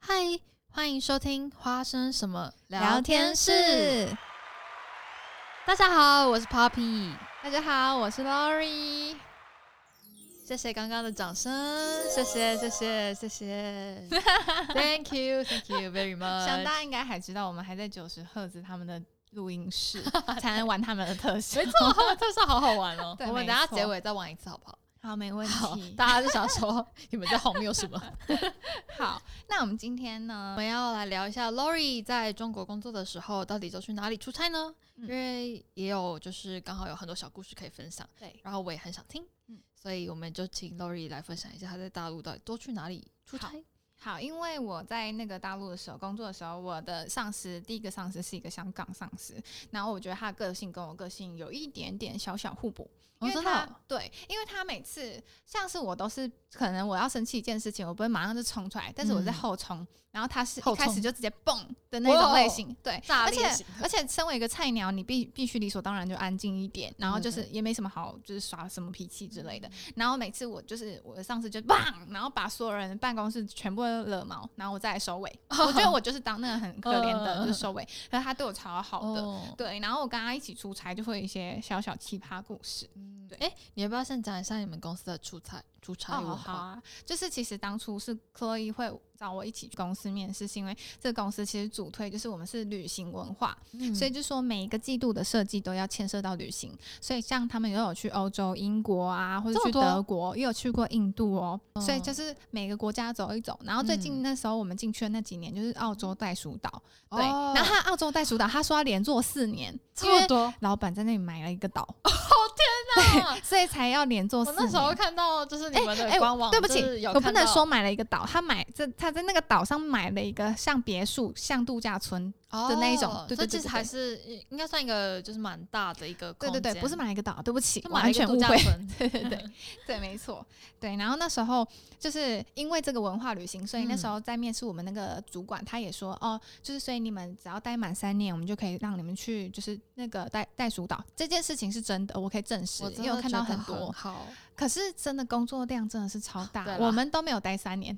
嗨，欢迎收听《花生什么聊天室》。大家好，我是 Poppy。大家好，我是 Lori，谢谢刚刚的掌声谢谢谢谢谢 谢。 ，Thank you，Thank you very 想 much 大。家应该还知道，我们还在九十赫兹他们的录 音室才能玩他们的特效。没错，他们特效好好玩哦。 对我们没等下错结尾再玩一次好不好？好，没问好，题。大家就想说 你们在后面有什么？好，那我们今天我呢？们要来聊一下 Lori 在中国工作的时候，到底都去哪里出差呢？因嗯为也有就是刚好有很多小故事可以分享，对，然后我也很想听，嗯所以我们就请 Lori 来分享一下她在大陆到底都去哪里出差好。好，因为我在那个大陆的时候工作的时候，我的上司第一个上司是一个香港上司，然后我觉得他的个性跟我个性有一点点小小互补，哦因为真他、的对，因为他每次像是我都是可能我要生气一件事情，我不会马上就冲出来，但是我在嗯后冲，然后他是后一开冲始就直接蹦的那种类哇哦型，对，炸而裂且型的而且身为一个菜鸟，你必必须理所当然就安静一点，然后对嗯就是也没什么好就是耍什么脾气之类的，然后每次我就是我的上司就棒，然后把所有人办公室全部都惹毛，然后我再来收 尾，我觉得我就是当那个很可怜的就是收尾，可是他对我超好的，嗯哦，对，然后我跟他一起出差就会有一些小小奇葩故事。嗯对哎、你要不要先讲一下你们公司的出差出差文哦，化？好啊，就是其实当初是 Chloe 会找我一起去公司面试，是因为这个公司其实主推就是我们是旅行文化，嗯所以就说每一个季度的设计都要牵涉到旅行，所以像他们也有去欧洲、英国啊，或者这么去多德国，也有去过印度哦，嗯所以就是每个国家走一走。然后最近嗯那时候我们进去的那几年就是澳洲袋鼠岛，哦对，然后他澳洲袋鼠岛，他说要连做四年，这因为么多。老板在那里买了一个岛， 那所以才要连做我四那时候年。看到就是你们的哎官网，对不起就是有，我不看到能说买了一个岛，他买这他在那个岛上买了一个像别墅、像度假村，的那一种哦对所以对对其实对还是应该算一个就是蛮大的一个空对间，对对，不是买了一个岛，对不起就，买了完一个全度误假 会。村，对对对对，没错，对。然后那时候就是因为这个文化旅行，所以那时候在面试我们那个主管，他也说哦，就是所以你们只要待满三年，我们就可以让你们去就是那个袋袋鼠岛。这件事情是真的，我可以证实，我因为我看到很多。好，可是真的工作量真的是超大对，啦我们都没有待三 年，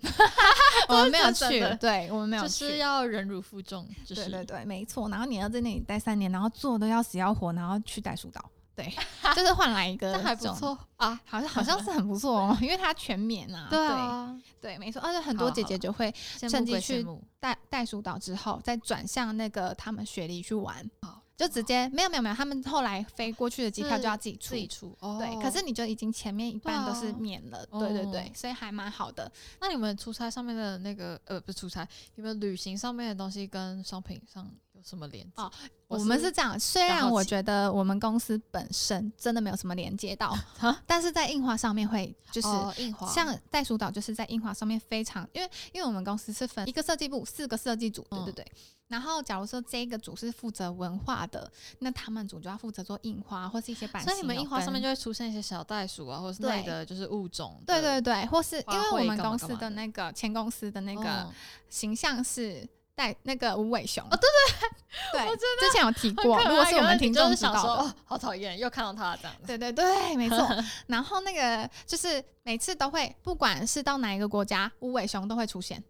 我们没有这是真的去，对我们没有就去，是要忍辱负重，就是对对对，没错。然后你要在那里待三年，然后做都要死要活，然后去袋鼠岛， 对，就是换来一个这还不种错啊，好像好像是很不错 哦，因为它全免啊。对啊，对对没错，而且很多姐姐就会羡慕趁机归去羡慕带带疏导之后，再转向那个他们雪梨去玩好，就直接没有没有没有，他们后来飞过去的机票是就要自己出自。己出哦。对，可是你就已经前面一半对啊都是免了，哦对对对，所以还蛮好的。那你们出差上面的那个呃，不是出差，你们旅行上面的东西跟商品上有什么连接？哦我们是这样，虽蛮好然我奇觉得我们公司本身真的没有什么连 接到，啊但是在印花上面会就就是是哦印华，像袋鼠岛就是在樱花上面非常，因为因为我们公司是分一个设计部四个设计组，对嗯对对。然后假如说这一个组是负责文化的，那他们组就要负责做印花或是一些版型所有分。以你们印华上面就会出现一些小袋鼠啊，或者是对类的就是物种的，对对对，或是因为呃花卉我们干嘛干公司嘛的的那个前公司的那个嗯形象是带那个无尾熊哦对对对，我之前有提很过，可如果爱是我可们你听就众是知想道说的，哦，好讨厌，又看到它这样 子，对对对，没 错。然后那个就是每次都会，不管是到哪一个国家，无尾熊都会出 现。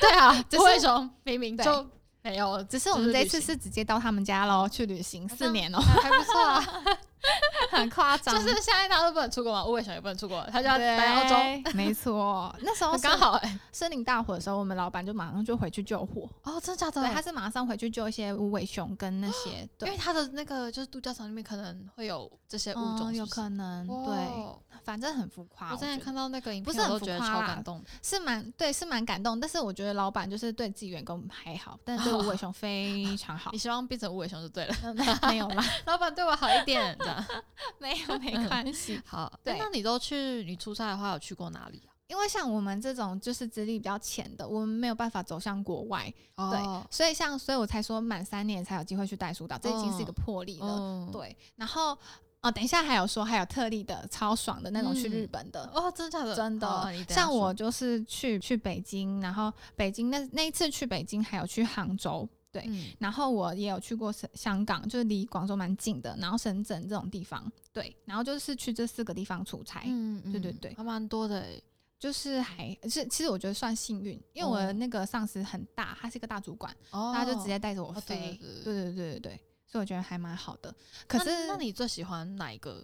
对啊， 只为是什么明明对就没有？只是我们这一次就是直接到他们家喽，去旅行好四像年 哦，还不错啊，很夸张，就是现在大家都不能出国嘛，无尾熊也不能出国，他就要对待澳洲，，没错。那时候刚刚好好哎，森林大火的时候，我们老板就马上就回去救火，哦，真的假对，的？他是马上回去救一些无尾熊跟那 些，因为对，它的那个就是度假村里面可能会有这些物种，嗯，是有不是可能，对，哇反正很浮夸，我我之前觉得看到那个影不片，是我很都浮觉得夸超啦感动的。是蛮对，是蛮感动，但是我觉得老板就是对自己员工还好，但哦是对无尾熊非常好 你，希望变成无尾熊就对了，嗯没没有啦， 老板对我好一点，这样 没有没嗯关系，好。哎对那你都去你出差的话，有去过哪里因为像我们这种就是资历比较浅的，我们没有办法走向国外，啊？对，所以像所以我才说满三年才有机会去带书岛，这已经是一个破例对，了。嗯，对，然后哦，等一下还有说还有特例的超爽的那种去日本的。哦，真的假的？真的，好你等一下像说我就是去去北京，然后北京那那一次去北京，还有去杭州，对，嗯然后我也有去过深香港，就是离广州蛮近的，然后深圳这种地方，对，然后就是去这四个地方出差，嗯对对嗯对还蛮多的欸，就是还是其实我觉得算幸运，因为我的哦那个上司很大，他是一个大主管，哦他就直接带着我哦对飞，对对对对对对对，所以我觉得还蛮好的。可那是那你最喜欢哪一个？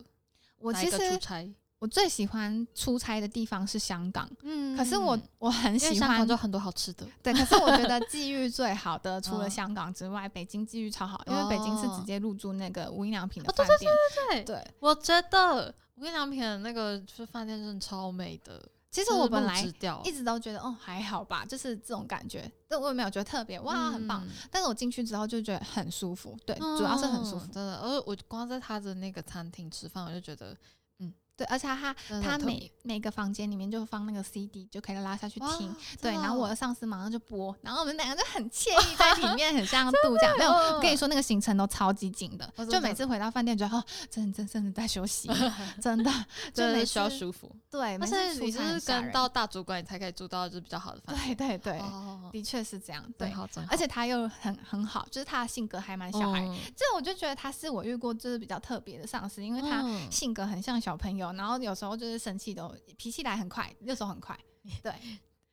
我哪其一实个出差，我最喜欢出差的地方是香港，嗯可是我因我很为喜香港欢就很多好吃的，对，可是我觉得际遇最 好的除嗯了哦香港之外，北京际遇超好，因为北京是直接入住那个无印良品的哦对饭对店。对对，我觉得无印良品的那个就是饭店真的超美的，其实就是我本路来直掉一直都觉得哦还好吧，就是这种感觉，但我也没有觉得特别哇很棒。嗯但是我进去之后就觉得很舒服，对，嗯主要是很舒服真。的。而我光在他的那个餐厅吃饭，我就觉得对，而且它真的它特每每个房间里面就放那个 CD，就可以拉下去别哇听。真对，的然后我哦的上司马上就播，然后我们两个就很惬意在里面，很像度假。没有，我跟你说那个行程都超级紧的哦哦，真就的每次回到饭店觉得哦，真的真的真的在 休息，真的就哦真每的次需要舒服，对，但每次是出你就差很是吓跟人到大主管，你才可以住到就是比较好的饭店。对对对，哦，的确是这样，真对。好真好，而且他又很很好，就是他的性格还蛮小孩。嗯这我就觉得他是我遇过就是比较特别的上司，因为他嗯性格很像小朋友，然后有时候就是生气都脾气来很快，有时候很快。对，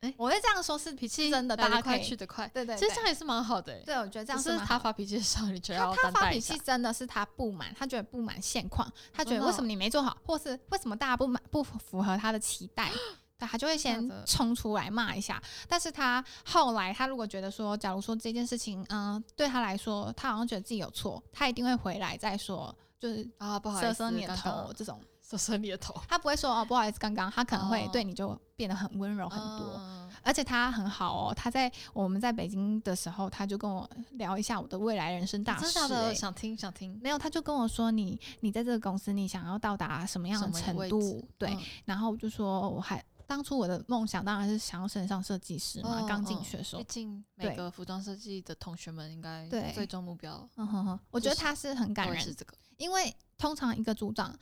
诶我会这样说是脾气真的，来大得家可快以去得快，对对其对实这样也是蛮好的欸。对，我觉得这样只是是蛮他好的发脾气的时候，你觉得他要他担发待脾一气下。真的是他不满，他觉得不满现况，他觉真得的为哦什么你没做好，或是为什么大家不满不符合他的期 待，对他就会先的冲出来骂一下。但是他后来他如果觉得说，假如说这件事情，嗯、对他来说，他好像觉得自己有错，他一定会回来再说，就是啊，不好意遮思，遮你的刚刚头这种，射射你的头，他不会说哦不好意思，刚刚他可能会哦对你就变得很温 柔很多。嗯而且他很好哦，他在我们在北京的时候，他就跟我聊一下我的未来人生大事、哦真欸。的假的想听想听，没有，他就跟我说你你在这个公司你想要到达什么样的什程么位度置？对，嗯然后我就说我还当初我的梦想当然是想要升上设计师嘛，嗯刚进嗯去的时候毕。竟对每个服装设计的同学们应该对最终目标嗯哼哼，我觉得就是他是很感都会人是，这个。因为通常一个组长，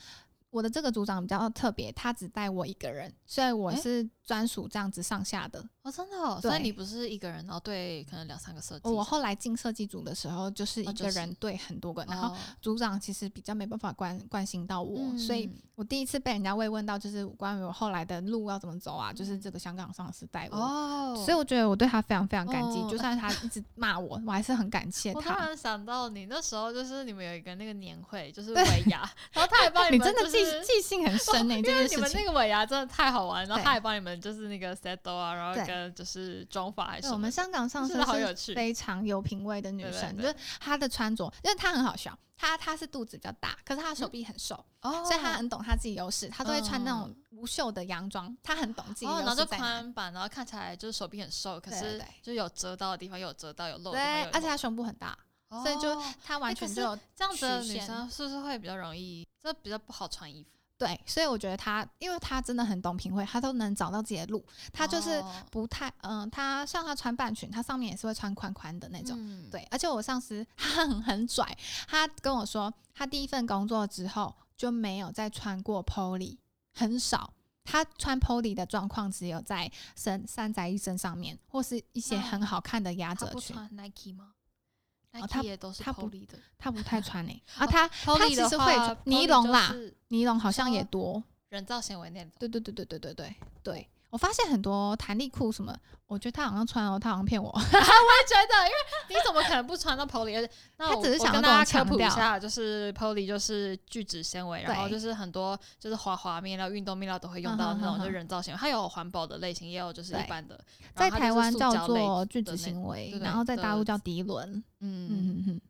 我的这个组长比较特别，他只带我一个人，所以我诶是专属这样子上下的。哦，真的哦，所以对哦你不是一个人，然后对可能两三个设计我师，后来进设计组的时候，就是哦一就个是人对很多个，然后哦组长其实比较没办法关关心到我，所以嗯我第一次被人家慰问到，就是关于我后来的路要怎么走啊，就是这个香港上司带我，嗯哦，所以我觉得我对他非常非常感激，哦就算他一直骂我，我还是很感谢我突他。然想到，你那时候就是你们有一个那个年会，就是对 尾牙，然后他还帮你们真的就记是 哦记性很深欸呢、这因为件你事们情那。个尾牙真的太好玩，然后对他还帮你们就是那个 set 啊，然对后跟就是妆发还是对，什我么们的，香港上司真的好有是趣非常有品味的女对对生，就对是她的穿着，因为她很好笑，她她是肚子比较大，可是她手臂很瘦，嗯哦嗯所以她很懂她自己优势，她都会穿那种无袖的洋装，她很懂自己优哦，然后势就在哪里。宽版，然后看起来就是手臂很瘦，可对是对就是有遮到的地方，有遮到有露的地方对，有而露且她胸部很大，哦所以就她完哎可全是就有这样子的曲女线生是不是会比较容易，就比较不好穿衣服？对，所以我觉得他，因为他真的很懂品味，他都能找到自己的路。他就是哦不太，嗯、他像他穿半裙，他上面也是会穿宽宽的那种。嗯对，而且我上司他 很很拽，他跟我说，他第一份工作之后就没有再穿过 polo，很少。他穿 polo 的状况只有在身三宅一身上面，或是一些那很好看的压嗯他褶不裙，穿 Nike 吗哦他？Nike 也都是他不 Polly 的他不太穿诶、啊，哦他他，Polly 其的实会话穿尼 Polly 龙就啦，是尼龙好像也说多，人造纤维那种。对对对对对对对对，我发现很多弹力裤什么，我觉得他好像穿哦，他好像骗我。觉得，因为你怎么可能不穿到 Polly？而且那他我只是我想跟要跟我大家科强普一调下，就是 Polly 就是聚酯纤维，然后对就是很多就是滑滑面料、运动面料都会用到嗯哼那哼种就哼人造纤维，它有环保的类型，也有就是一对般的。然在后它就台是湾塑叫胶类做聚的酯那纤维对，对然后在大陆的叫涤纶。嗯，嗯嗯嗯，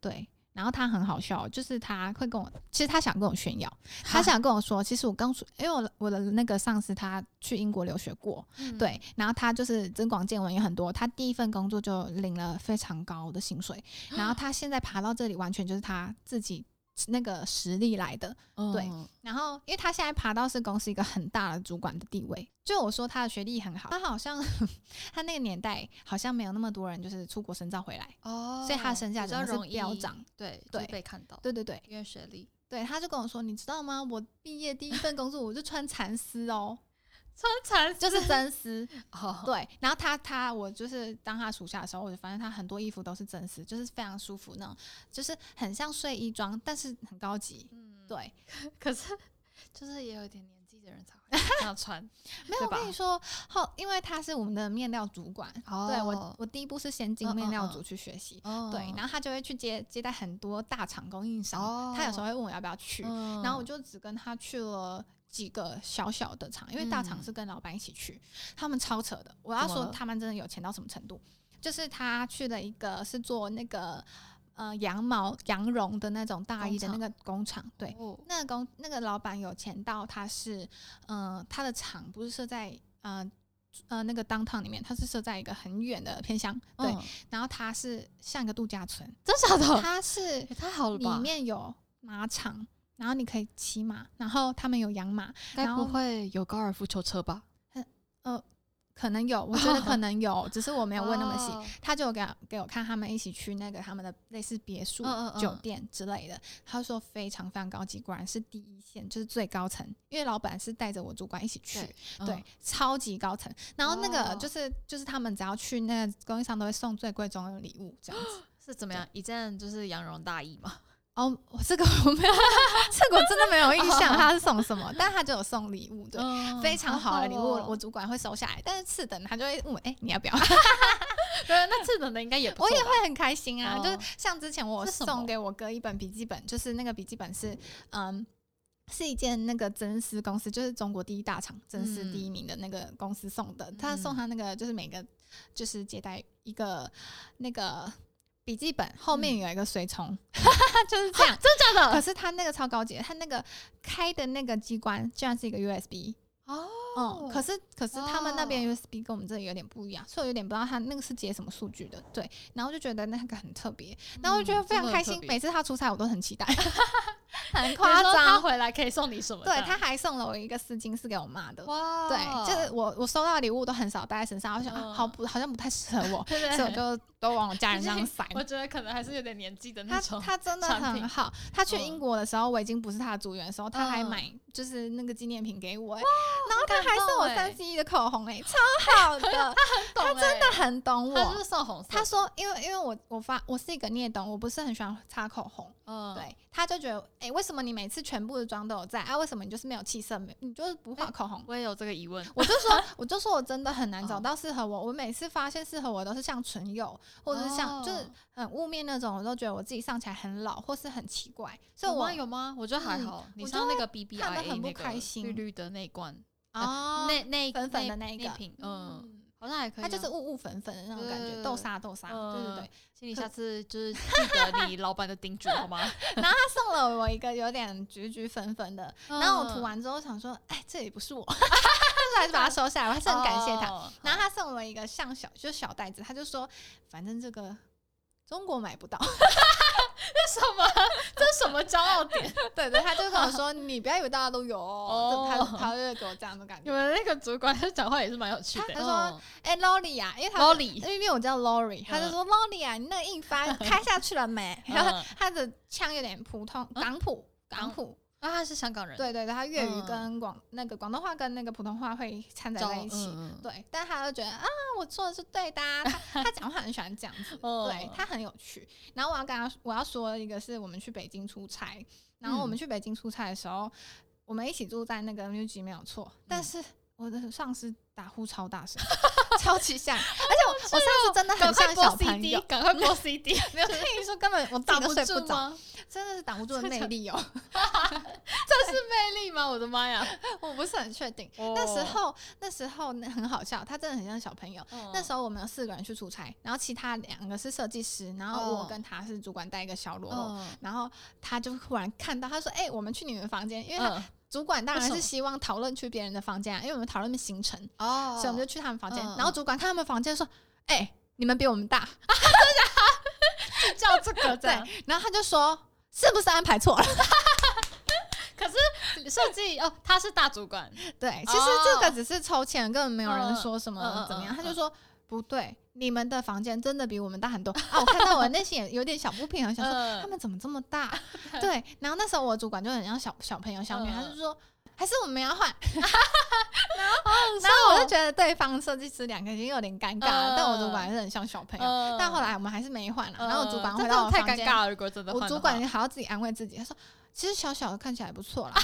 对。然后他很好笑，就是他会跟我，其实他想跟我炫耀，他想跟我说，其实我刚出，因为我的我的那个上司他去英国留学过，嗯对，然后他就是增广见闻也很多，他第一份工作就领了非常高的薪水，啊然后他现在爬到这里，完全就是他自己那个实力来的，对嗯然后，因为他现在爬到是公司一个很大的主管的地位，就我说他的学历很好，他好像 他那个年代好像没有那么多人就是出国深造回来，哦，所以它身价比真较的是容易飙涨，对对对被看到，对对对因为学历对，他就跟我说，你知道吗？我毕业第一份工作我就穿蚕丝哦， 穿蚕丝就是 真 丝，哦，对。然后他他我就是当他属下的时候，我就发现他很多衣服都是真丝，就是非常舒服那种，就是很像睡衣装，但是很高级。嗯，对， 可是就是也有一点年纪的人才 会这样穿，没有对我吧跟你说后，因为他是我们的面料主管，哦对我我第一步是先进嗯面料嗯嗯组去学习，哦对，然后他就会去接接待很多大厂供应商，哦他有时候会问我要不要去，嗯然后我就只跟他去了几个小小的厂，因为大厂嗯是跟老板一起去，他们超扯的。我要怎么说了他们真的有钱到什么程度，就是他去了一个是做那个呃羊毛羊绒的那种大衣的那个工厂，对，哦那个工那个老板有钱到他是，呃，他的厂不是设在呃呃那个 downtown 里面，他是设在一个很远的偏乡，对，嗯然后他是像一个度假村，真假的，他是也太好了里吧？面有马场，然后你可以骑马，然后他们有养马，该然不后会有高尔夫球车吧？可 能有，我觉得可能有，只是我没没有问那么哦细。他就有给给我看他们一起去那个他们的类似别墅、嗯嗯嗯酒店之类的，他说非常非常高级，果然是第一线，就是最高层，因为老板是带着我主管一起去，嗯对，超级高层。然后那个哦就是、就是他们只要去那个供应商都会送最贵重的礼物这样子。是怎么样？一件就是羊绒大衣嘛。哦，我这个 我没有，这个我真的没有印 象哦他是送什么，但他就有送礼物， 对，嗯非常好的礼物，哦我主管会收下来，但是次等他就会问我，哎、你要不要？对，那这种的应该也不我错也吧会很开心啊，哦就是像之前我是什么送给我哥一本笔记本，就是那个笔记本是嗯。是一件那个真丝公司，就是中国第一大厂真丝嗯第一名的那个公司送的。他送他那个就是每个就是接待一个那个笔记本，后面有一个随嗯从， 就是这样。 真的假可的？是他那个超高级的，他那个开的那个机关居然是一个 USB，哦嗯，可是可是他们那边 USB 跟我们这里有点不一样，所以我有点不知道他那个是接什么数据的，对，然后就觉得那个很特别，然后我就嗯觉得非常开心，每次他出差我都很 期待，很他夸张，回来可以送你什么？对，他还送了我一个丝巾，是给我妈的，哇，哦对，就是我我收到的礼物都很少带在身上，我想、啊嗯好不好像不太适合 我，对不对所以我就都往我家人身上塞。我觉得可能还是有点年纪的他那种。他真的产很品好。他去嗯英国的时候，我已经不是他的组员的时候，他还嗯买就是那个纪念品给我欸、然后他感还送动我欸三十一的口红哎、 超好的，他他真的很懂欸他就我。是送红色，他说，因为因为我我发我是一个你也懂，我不是很喜欢擦口红，嗯，对，他就觉得，哎、为什么你每次全部的妆都有在啊？为什么你就是没有气色，没你就是不画口红？我也有这个疑问。我就 说，我就说我真的很难找哦到适合我。我每次发现适合我的都是像唇釉，或者是像、就是哦很雾面那种，我都觉得我自己上起来很老，或是很奇怪。所以有我吗？有吗？我觉得还好。你嗯我就上那个看得 BBI 很不那开个心绿绿的那一罐，哦，那那粉粉的那一个那瓶，嗯，，好像还可以啊。它就是雾雾粉粉的那种感觉，对豆沙豆沙，对对嗯对。请你下次就是记得你老板的叮嘱好 吗？然后他送了我一个有点橘橘粉粉的，然后我涂嗯完之后想说，哎，这也 不是我， 但是还是把它收下来，我还是很感谢他。哦然后他送我一个像小就是小袋子，他就说，反正这个中国买不到。什么？ 这是什么骄傲点？对对，他就跟我说：“你不要以为大家都有哦。哦就他他就给我这样的感你觉。们那个主管他讲话也是蛮有趣的。嗯他说哎，Lolly 啊，因为他 Lolly 因为我叫 Lolly，他就说 Lolly 啊，你那个印发开下去了没？ 嗯然后他的腔有点普通港普港普，啊，他是香港人，对对对，他粤语嗯跟广那个广东话跟那个普通话会掺杂找，在一起。嗯，嗯对，但他就觉得啊，我做的是对的、啊。 他他讲话很喜欢这样子，哦对他很有趣。然后我要跟他，我要说一个是我们去北京出差，然后我们嗯去北京出差的时候，我们一起住在那个 New G 没有错，但嗯是我的上司打呼超大 声，超级像，而且我我上司真的哦赶很快像播小朋 CD，友， 赶快播 CD，没有我跟你说根本我自己挡都不睡住着，吗？真的是挡不住的真魅的力哦，这是魅力吗？ 我的妈呀！我不是很确定。那那时候，那时候那很好笑，他真的很像小朋友。那时候候我们有四个人去出差，然后其他两个是设计师，然后我哦跟他是主管带一个小喽啰。嗯然后他就忽然看到，他说：“哎、我们去你们房间，因为他嗯主管当为然什是么希望讨论去别人的房间、啊，因为我们讨论行程，哦所以我们就去他们房间。嗯然后主管看他们房间说：‘哎、你们比我们大。就叫这个 对，’对啊然后他就说：‘是不是安排错了设计哦，他是大主管，？’对，其实这个只是抽签，根本没有人哦嗯说什么嗯嗯怎么样。嗯他就嗯说：‘不对，你们的房间真的比我们大很多啊！’我看到我内心也有点小不平衡，想说。嗯 他们怎么这么大？对，然后那时候我主管就很像小小朋友、小女嗯孩，他就说。还是我们要换？ 哦然后我就觉得对方设计师两个已经有点尴尬了，嗯但我主管还是很像小朋友。嗯但后来我们还是没换了，嗯然后我主管回这真到的我太房尴间，尬了，如果真的换的我主话管还要自己安慰自己，他说其实小小的看起来不错啦。啊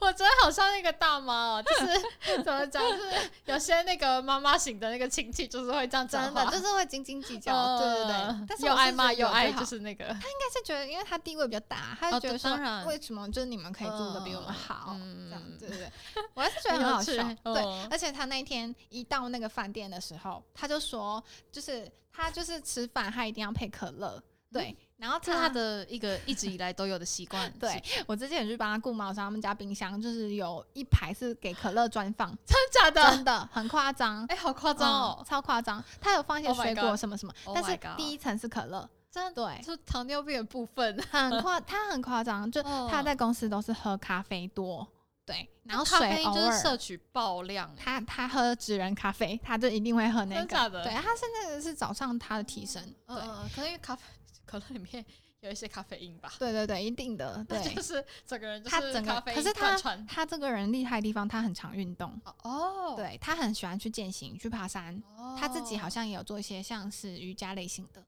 我觉得好像那个大妈哦， 就是怎么讲，就是有些那个妈妈型的那个亲戚，就是会这样讲真话，的就是会斤斤计较，对对对嗯。但是又我爱妈骂又爱，就应是那个，该是觉得，因为他地位比较大，他哦就觉对得说当然为什么就是你们可以做的比我们好，嗯这样对对对。我还是 觉得很好笑，哦对。而且他那天一到那个饭店的时候，他就说，就是他就是吃饭，他一定要配可乐，对。然后这是他他的，，的一个一直以来都有的习惯对嗯是我之前有去帮他顾猫的时候，他们家冰箱就是有一排是给可乐专放， 真的假的？真的很夸张，哎，好夸夸张哦！超夸张。他有放一些 Oh my 水果 God 什么什么 Oh 但是 my God 第一层是可乐，真的对，是糖尿病的部分，很夸，他很夸张，就 哦他在公司都是喝咖啡多，对，然后咖水啡偶就是尔。摄取爆量，他他喝纸人咖啡，他就一定会喝那真个。假的？对，他是那个是早上他的提升，呃嗯，嗯嗯可能因为咖啡可乐里面有一些咖啡因吧，对对对对，一定的，对那。 就是整个人就他是整咖个，啡可因是他贯穿他这个人厉害的地方，他很常运动，哦，对他很喜欢去健行、去爬山，哦，他自己好像也有做一些像是瑜伽类型的。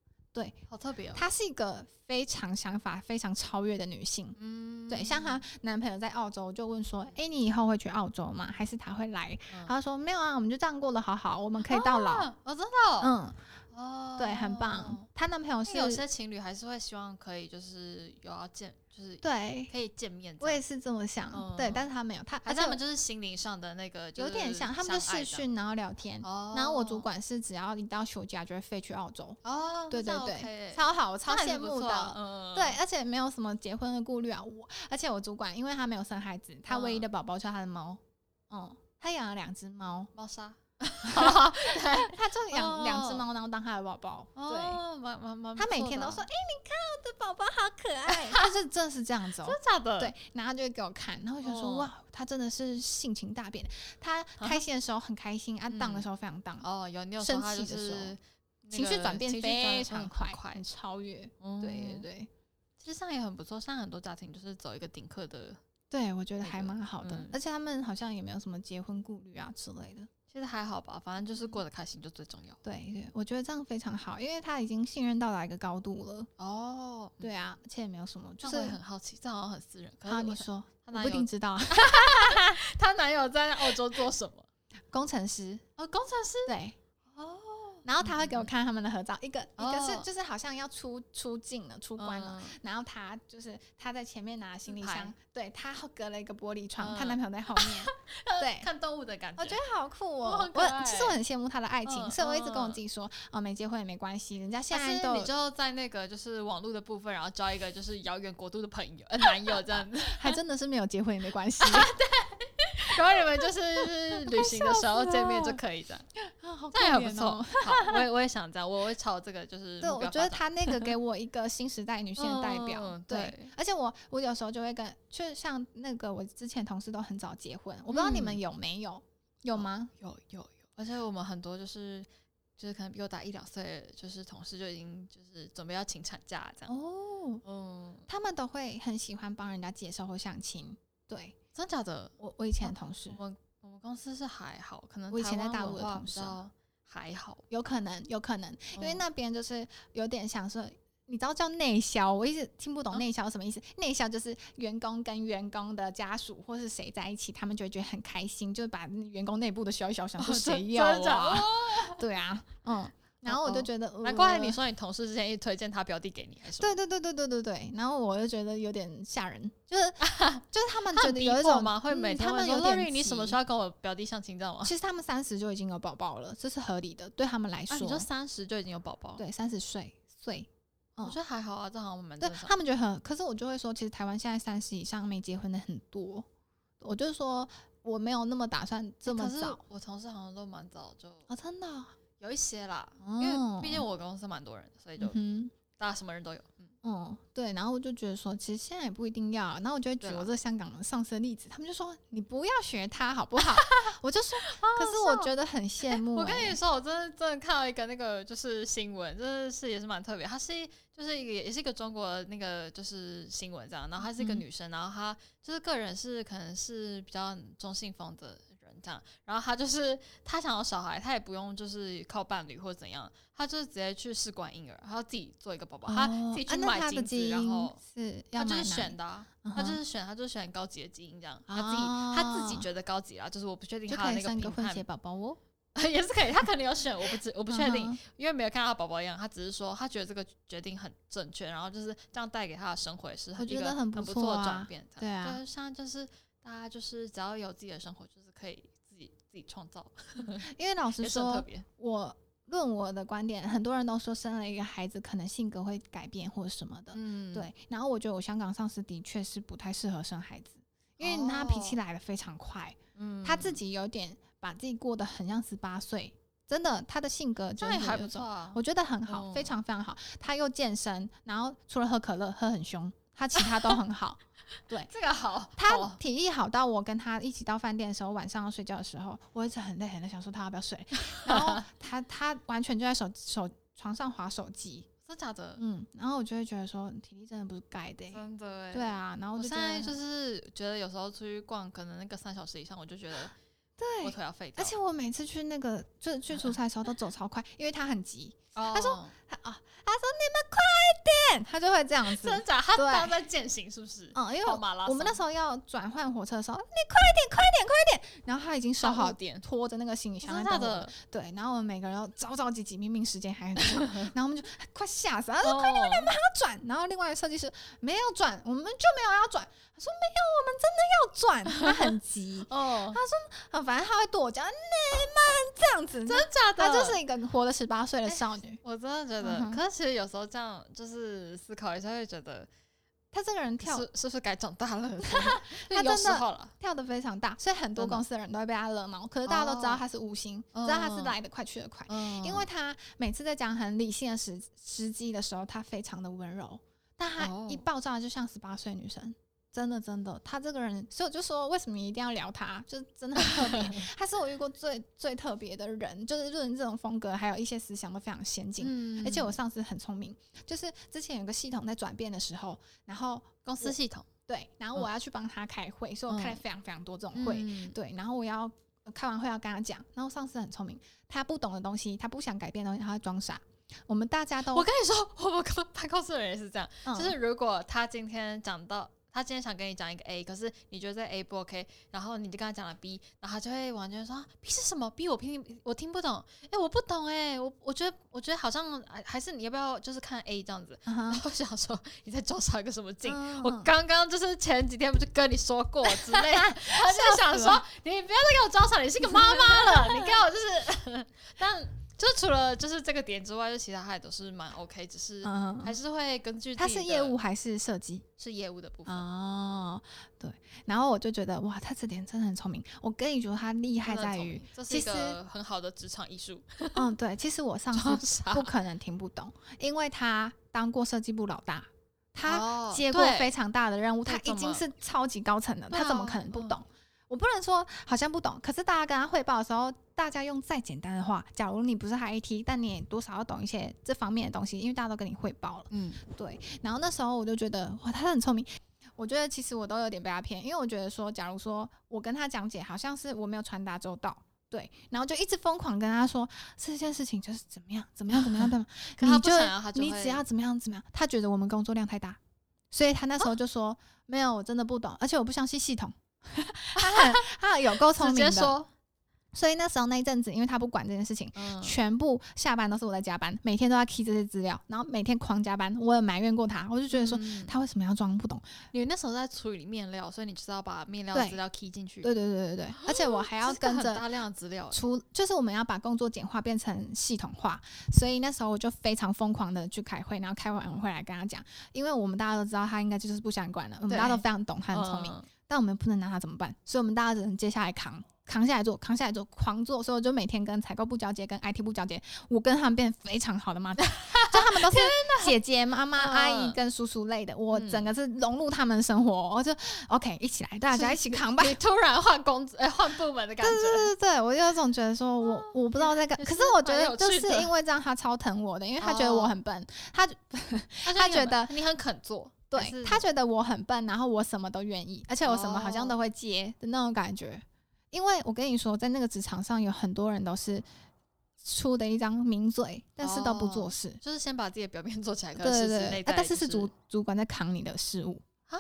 好特别哦，她是一个非常想法非常超越的女性，嗯对，像她男朋友在澳洲，就问说：“诶，你以后会去澳洲吗？还是他会来？”嗯她说：“没有啊，我们就这样过得好好，我们可以到老。啊哦，真的哦，嗯，哦对，很棒。。她男朋友但是是有些情侣还是会希望可以，就是有要见，就是对，可以见面这我样。也是这么想，嗯对，但是他没有，他还是而且他我们就是心灵上的那个，有点像，他们就试视讯然后聊天。哦。然后我主管是只要一到休假就会飞去澳洲，哦，对这对样 OK 对耶，超好，我超那还羡是不慕错啊的。嗯，对，而且没有什么结婚的顾虑啊。我而且我主管，因为他没有生孩子，他唯一的宝宝就是他的猫，嗯，他养了两只猫，猫砂， 他就养哦两只猫，然后当他的宝宝。对，哦，蛮蛮蛮不他错的啊，哎每天 都说：“哎，你看我的宝宝好可爱。”他是真的是这样子哦真。的假的？对，然后他就会给我看，然后我就说哦哇，他真的是性情大变。他 开心的时候很开心，啊，嗯荡的时候非常荡，哦，有你有生说他气就的时候是那情绪个转变情绪转非常很快，快很，超越。嗯对对。对，其实这样也很不错，像很多家庭就是走一个顶客的，对我觉得那还个蛮好的嗯，而且他们好像也没有什么结婚顾虑啊之类的。其实还好吧，反正就是过得开心就最重要。对对，我觉得这样非常好，因为他已经信任到达一个高度了。哦，对啊，而且也没有什么，就这是样我也很好奇，这好像很私人。可是好，我你想说，她我男不一 定友，知道啊。她男友在澳洲做什么？工程师，哦，工程师对，哦，然后他会给我嗯看他们的合照，一个一个是哦嗯就是好像要出出境了，出关了。然后他就是他在前面拿行李自箱拍，对他后隔了一个玻璃窗，她嗯男朋友在后面，嗯对看动物的感觉，我觉得好酷哇哦很！可我其实我爱很羡慕他的爱情，嗯所以我一直跟我嗯自己说，哦，没结婚也没关系，人家现还在是都你有就在那个就是网络的部分，然后交一个就是遥远国度的朋友、呃、男友这 样子， 还真的是没有结婚也没关系，然后你们就是旅行的时候见面就可以这样，啊好这样可也不怜错。哦。好，我也我也想这样，我会朝这个就是对，目我标觉得发展他那个给我一个新时代女性的代表，嗯对。对而且我我有时候就会跟，就像那个我之前同事都很早结婚，我不知道你们嗯有没有，有吗？有有有，而且我们很多就是就是可能比我大一两岁，就是同事就已经就是准备要请产假这样。哦，嗯，他们都会很喜欢帮人家介绍或相亲。对真假的？我，我以前的同事、我们我们公司是还好，可能我以前台湾在大陆文的化同比事较还好，有可能，有可能，因为嗯那边就是有点像是。你知道叫内销，我一直听不懂嗯内销什么意思。内销就是员工跟员工的家属或是谁在一起，他们就会觉得很开心，就把员工内部的消一消，想说谁哦 真要真的假 啊的？对啊， 嗯。然后我就觉得，难怪你呃说你同事之前一直推荐他表弟给你，还是什么对对对对对对对，然后我就觉得有点吓人，就是 就是他们他觉很得逼有一迫种吗？会嗯每天他们问说有点 Lori，你什么急时候要跟我表弟相亲，知道吗？其实他们三十就已经有宝宝了，这是合理的，对他们来啊，说，你就三十就已经有宝宝，，对三十岁岁，我嗯觉得还好啊，这好像蛮对正常。他们觉得很，可是我就会说，其实台湾现在三十以上没结婚的很多，我就说我没有那么打算这么可是早我同事好像都蛮早就哦，真的哦，有一些啦，哦因为毕竟我公司蛮多人的，所以就嗯哼，大家什么人都有，嗯，嗯，对，然后我就觉得说，其实现在也不一定要。然后我就会举对啦我这香港上司的例子，他们就说你不要学他好不好？ 我就说，哦可是我觉得很羡慕、我欸跟你说，我真的真的看到一个那个就是新闻，真的是也是蛮特别。她是一就是一个也是一个中国那个就是新闻这样，然后她是一个嗯女生，然后她就是个人是可能是比较中性风的人这样，然后她就是她想要小孩，她也不用就是靠伴侣或怎样，她就是直接去试管婴儿，她自己做一个宝宝，她哦自己啊去那买他的精基子，因然后是要她就买是哪选里，的、啊。嗯她就哼是选，她就选高级的基因这样，她自己、她自己哦觉得高级啦，就是我不确定就她可的以那个生一个评混判血宝宝哦。 也是可以，他可能有选，我不知我不确定嗯哼，因为没有看到他宝宝一样，他只是说他觉得这个决定很正确，然后就是这样带给他的生活也是我一觉个得很很不不错错的啊转变。这对样啊就是像就是大家就是只要有自己的生活，就是可以自己自己创造，因为老实也是很特说，别。我论我的观点，很多人都说生了一个孩子，可能性格会改变或者什么的。嗯，对，然后我觉得我香港上司的确是不太适合生孩子，因为他脾气来的非常快，哦嗯他自己有点把自己过得很像十八岁，真的，他的性格这就样是也还有不种错啊。我觉得很好，非嗯常非常好。他又健身，然后除了喝可乐喝很凶，他其他都很好。这个好，他好体力好到我跟他一起到饭店的时候，晚上要睡觉的时候，我一直很累很累，想说他要不 要睡，然后他他完全就在手手床上划手机，真假的，嗯，然后我就会觉得说体力真的不是盖的欸、真的哎。对，啊，然后我就现觉得在就是觉得有时候出去逛，可能那个三小时以上，我就觉得我嗯对。腿要废掉。而且我每次去那个就去出差的时候都走超快，因为他 很急，他说他啊，他说你们快点，他就会这样子，真假，他对当在践行是不是？嗯，因为跑马拉松我们那时候要转换火车的时候，你快点，快点，快点！然后他已经收好，点，拖着那个行李箱哦真的在等我们的，对，然后我们每个人都着着急急，明明时间还很 久，然后我们就快吓死了，他说哦快点，要转，然后另外设计师没有转，我们就没有要转，他说没有，我们真的要转，他很急 哦，啊，反正他会对我讲你们这样子，真假的，她就是一个活了十八岁的哎少女，啊我真的觉嗯得，哼可是其实有时候这样就是思考一下，会觉得她这个人跳是是不是该长大了？ 他有真时的候了，跳得非常大，所以很多真的公司的人都会被她惹毛，可是大家都知道哦她是无心，知道她是嗯来得快去得快。嗯因为他每次在讲很理性的时时机的时候，他非常的温柔，但他哦一爆炸就像十八岁女生，真的真的，他这个人，所以我就说为什么一定要聊他，就是真的很 特别，他是我遇过最最特别的人，就是论这种风格，还有一些思想都非常先进。嗯而且我上司很聪明，就是之前有个系统在转变的时候，然后公司系统对，然后我要去帮他开会，所以我开了非常非常多这种会，嗯对，然后我要呃开完会要跟他讲，然后上司很聪明，他不懂的东西，他不想改变的东西，他会装傻。我们大家都，我跟你说，我们公办公室的人也是这样，嗯就是如果他今天讲到。他今天想跟你讲一个 A，可是你觉得这 A 不 OK，然后你就跟他讲了 B，然后他就会完全说啊 B 是什么？B 我听我听不懂，哎、我不懂哎、我我觉得我觉得好像还还是你要不要就是看 A 这样子，嗯哼然后我想说你在找啥个什么劲？嗯我刚刚就是前几天不是跟你说过之 类的，他就想死了说你不要再给我招傻，你是个妈妈 了，你给我就是， 但就是除了就是这个点之外，就其他还都是蛮 OK，只是嗯还是会根据他自己是的业务还是设计？是业务的部分，哦，对，然后我就觉得哇，他这点真的很聪明。我跟你说，他厉害真的很在聪于明，这是一其实个很好的职场艺术，嗯，对，其实我上装司傻不可能听不懂，因为他当过设计部老大，他哦接过对非常大的任务，对他已怎经么是超级高层了，对他怎么啊可能不嗯懂？我不能说好像不懂，可是大家跟他汇报的时候，大家用再简单的话，假如你不是 IT，但你也多少要懂一些这方面的东西，因为大家都跟你汇报了。嗯，对，然后那时候我就觉得哇，他很聪明。我觉得其实我都有点被他骗，因为我觉得说，假如说我跟他讲解，好像是我没有传达周到，对，然后就一直疯狂跟他说这件事情就是怎么样怎么样怎么 样怎么样，可他你不想要，他就你会只要怎么样怎么样，他觉得我们工作量太大，所以他那时候就说、没有，我真的不懂，而且我不相信系统。 他很他有够聪直明接的，说，所以那时候那一阵子，因为他不管这件事情，嗯，全部下班都是我在加班，每天都在 key 这些资料，然后每天狂加班。我有埋怨过他，我就觉得说嗯他为什么要装不懂？你那时候在处理面料，所以你就是要把面料对资料 key 进去，对对对对对，而且我还要哦这是个跟很着大量的资料，除就是我们要把工作简化变成系统化，所以那时候我就非常疯狂的去开会，然后开完会来跟他讲，因为我们大家都知道他应该就是不想管了，我们对大家都非常懂他很聪明，嗯但我们不能拿他怎么办？所以我们大家只能接下来扛，扛下来做，扛下来做，狂做，所以我就每天跟采购部交接，跟 IT 部交接，我跟他们变非常好的妈，就 他们都是姐姐、妈妈、嗯阿姨跟叔叔类的，我嗯整个是融入他们生活，我就 OK 一起来，大家一起扛吧。你突然换工作，哎，换部门的感觉， 对对对，我有一种觉得说我我不知道在干，也可啊是是我觉蛮得有就趣是的因为这样他超疼我的，因为他觉得我哦很笨，他他觉得你很肯做，还对是他觉得我很笨，然后我什么都愿意，而且我什么好像哦都会接的那种感觉。因为我跟你说，在那个职场上有很多人都是出的一张名嘴，但是都不做事。就是先把自己的表面做哦起来，可对是对实对质内，啊在但是就是主主管在扛你的事务啊，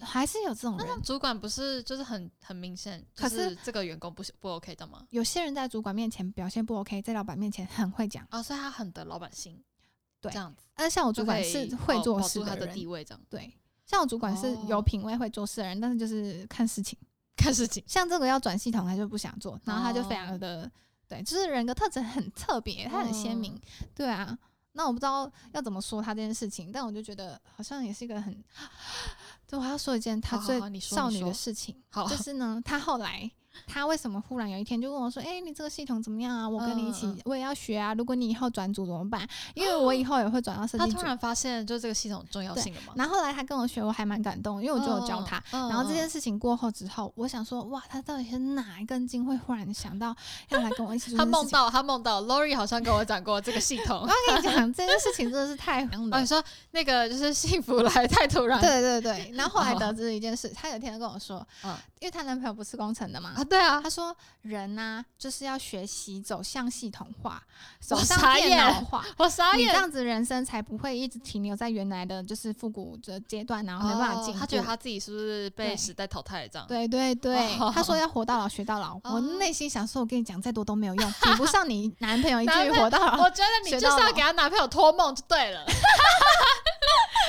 还是有这种那人让。主管不是就是很很明显，就可是是这个员工不是不 OK 的吗？有些人在主管面前表现不 OK，在老板面前很会讲，哦，所以他很得老板心，对这样子但是像我主就管可是以会保做保事住他的的人地，位这样对，像我主管是有哦品味、会做事的人，但是就是看事情。看事情。像这个要转系统，他就不想做，然后他就非哦常的、对，就是人格特质很特别，他很鲜哦明，对啊。那我不知道要怎么说他这件事情，但我就觉得好像也是一个很，对，我要说一件他好好最好你说少你女的说事情，好，就是呢，他后来他为什么忽然有一天就问我说：“哎、你这个系统怎么样啊？我跟你一起，嗯嗯我也要学啊。如果你以后转组怎么办？因为我以后也会转到设他计突组。”然发现就这个系统重要对性了吗？然后后来他跟我学，我还蛮感动，因为我就有教嗯他，嗯然后这件嗯事情过后之后，我想说，哇，他到底是哪一根筋会忽然想到要来跟我一起做他这件梦事情？到他梦到 Lori 好像跟我讲过这个系统 我要，跟你讲，这件事情真的是 太荒哦，了你。说那个就是幸福来太突然，对对对，然后后来哦得知一件事，她有一天跟我说，嗯因为她男朋友不是工程的嘛，啊，对啊，她说人呐、就是要学习走向系统化，走我向傻电眼脑化，我傻你这眼，样子人生才不会一直停留在原来的就是复古的阶段，然后没办法哦进步。他觉得他自己是不是对被时代淘汰了这样？对对对，哦他说要活到老学到老，我哦内心想说，我跟你讲再多都没有用，比不上 你男朋友一句男朋友活到老我。觉得你学就是到要了给她男朋友托梦就对了。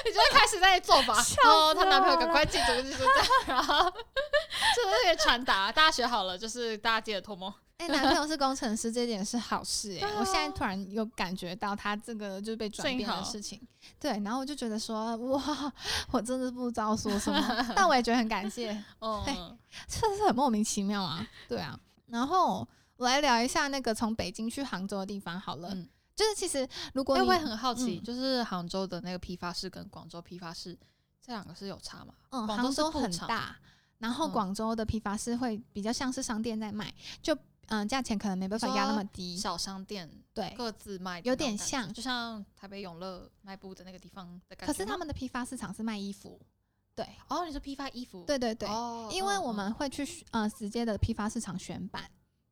你就会开始在 做法笑死哦，她男朋友我赶了快记住，记住这样，然 后就是这个传达，大家学好了，就是大家记得托梦。哎、男朋友是工程师这点是好事哎、对啊我现在突然有感觉到他这个就是被转幸变的好事情。对，然后我就觉得说，哇，我真的不知道说 什么，但我也觉得很感谢，嗯，真的是很莫名其妙啊。对啊，然后我来聊一下那个从北京去杭州的地方好了。嗯就是其实，如果哎，你我也很好奇，嗯就是杭州的那个批发市跟广州批发市这两个是有差吗？嗯，广杭州是州布很厂大，然后嗯广州的批发市会比较像是商店在卖，就嗯价钱可能没办法压那说么低，小商店对。各自卖的有那种点感觉像就哎像台北永乐卖布的那个地方的感可觉吗。是他们的批发市场是卖衣服，对，哦，你说批发衣服？对对对，哦，因为嗯我嗯们会去选呃直接的批发市场选版，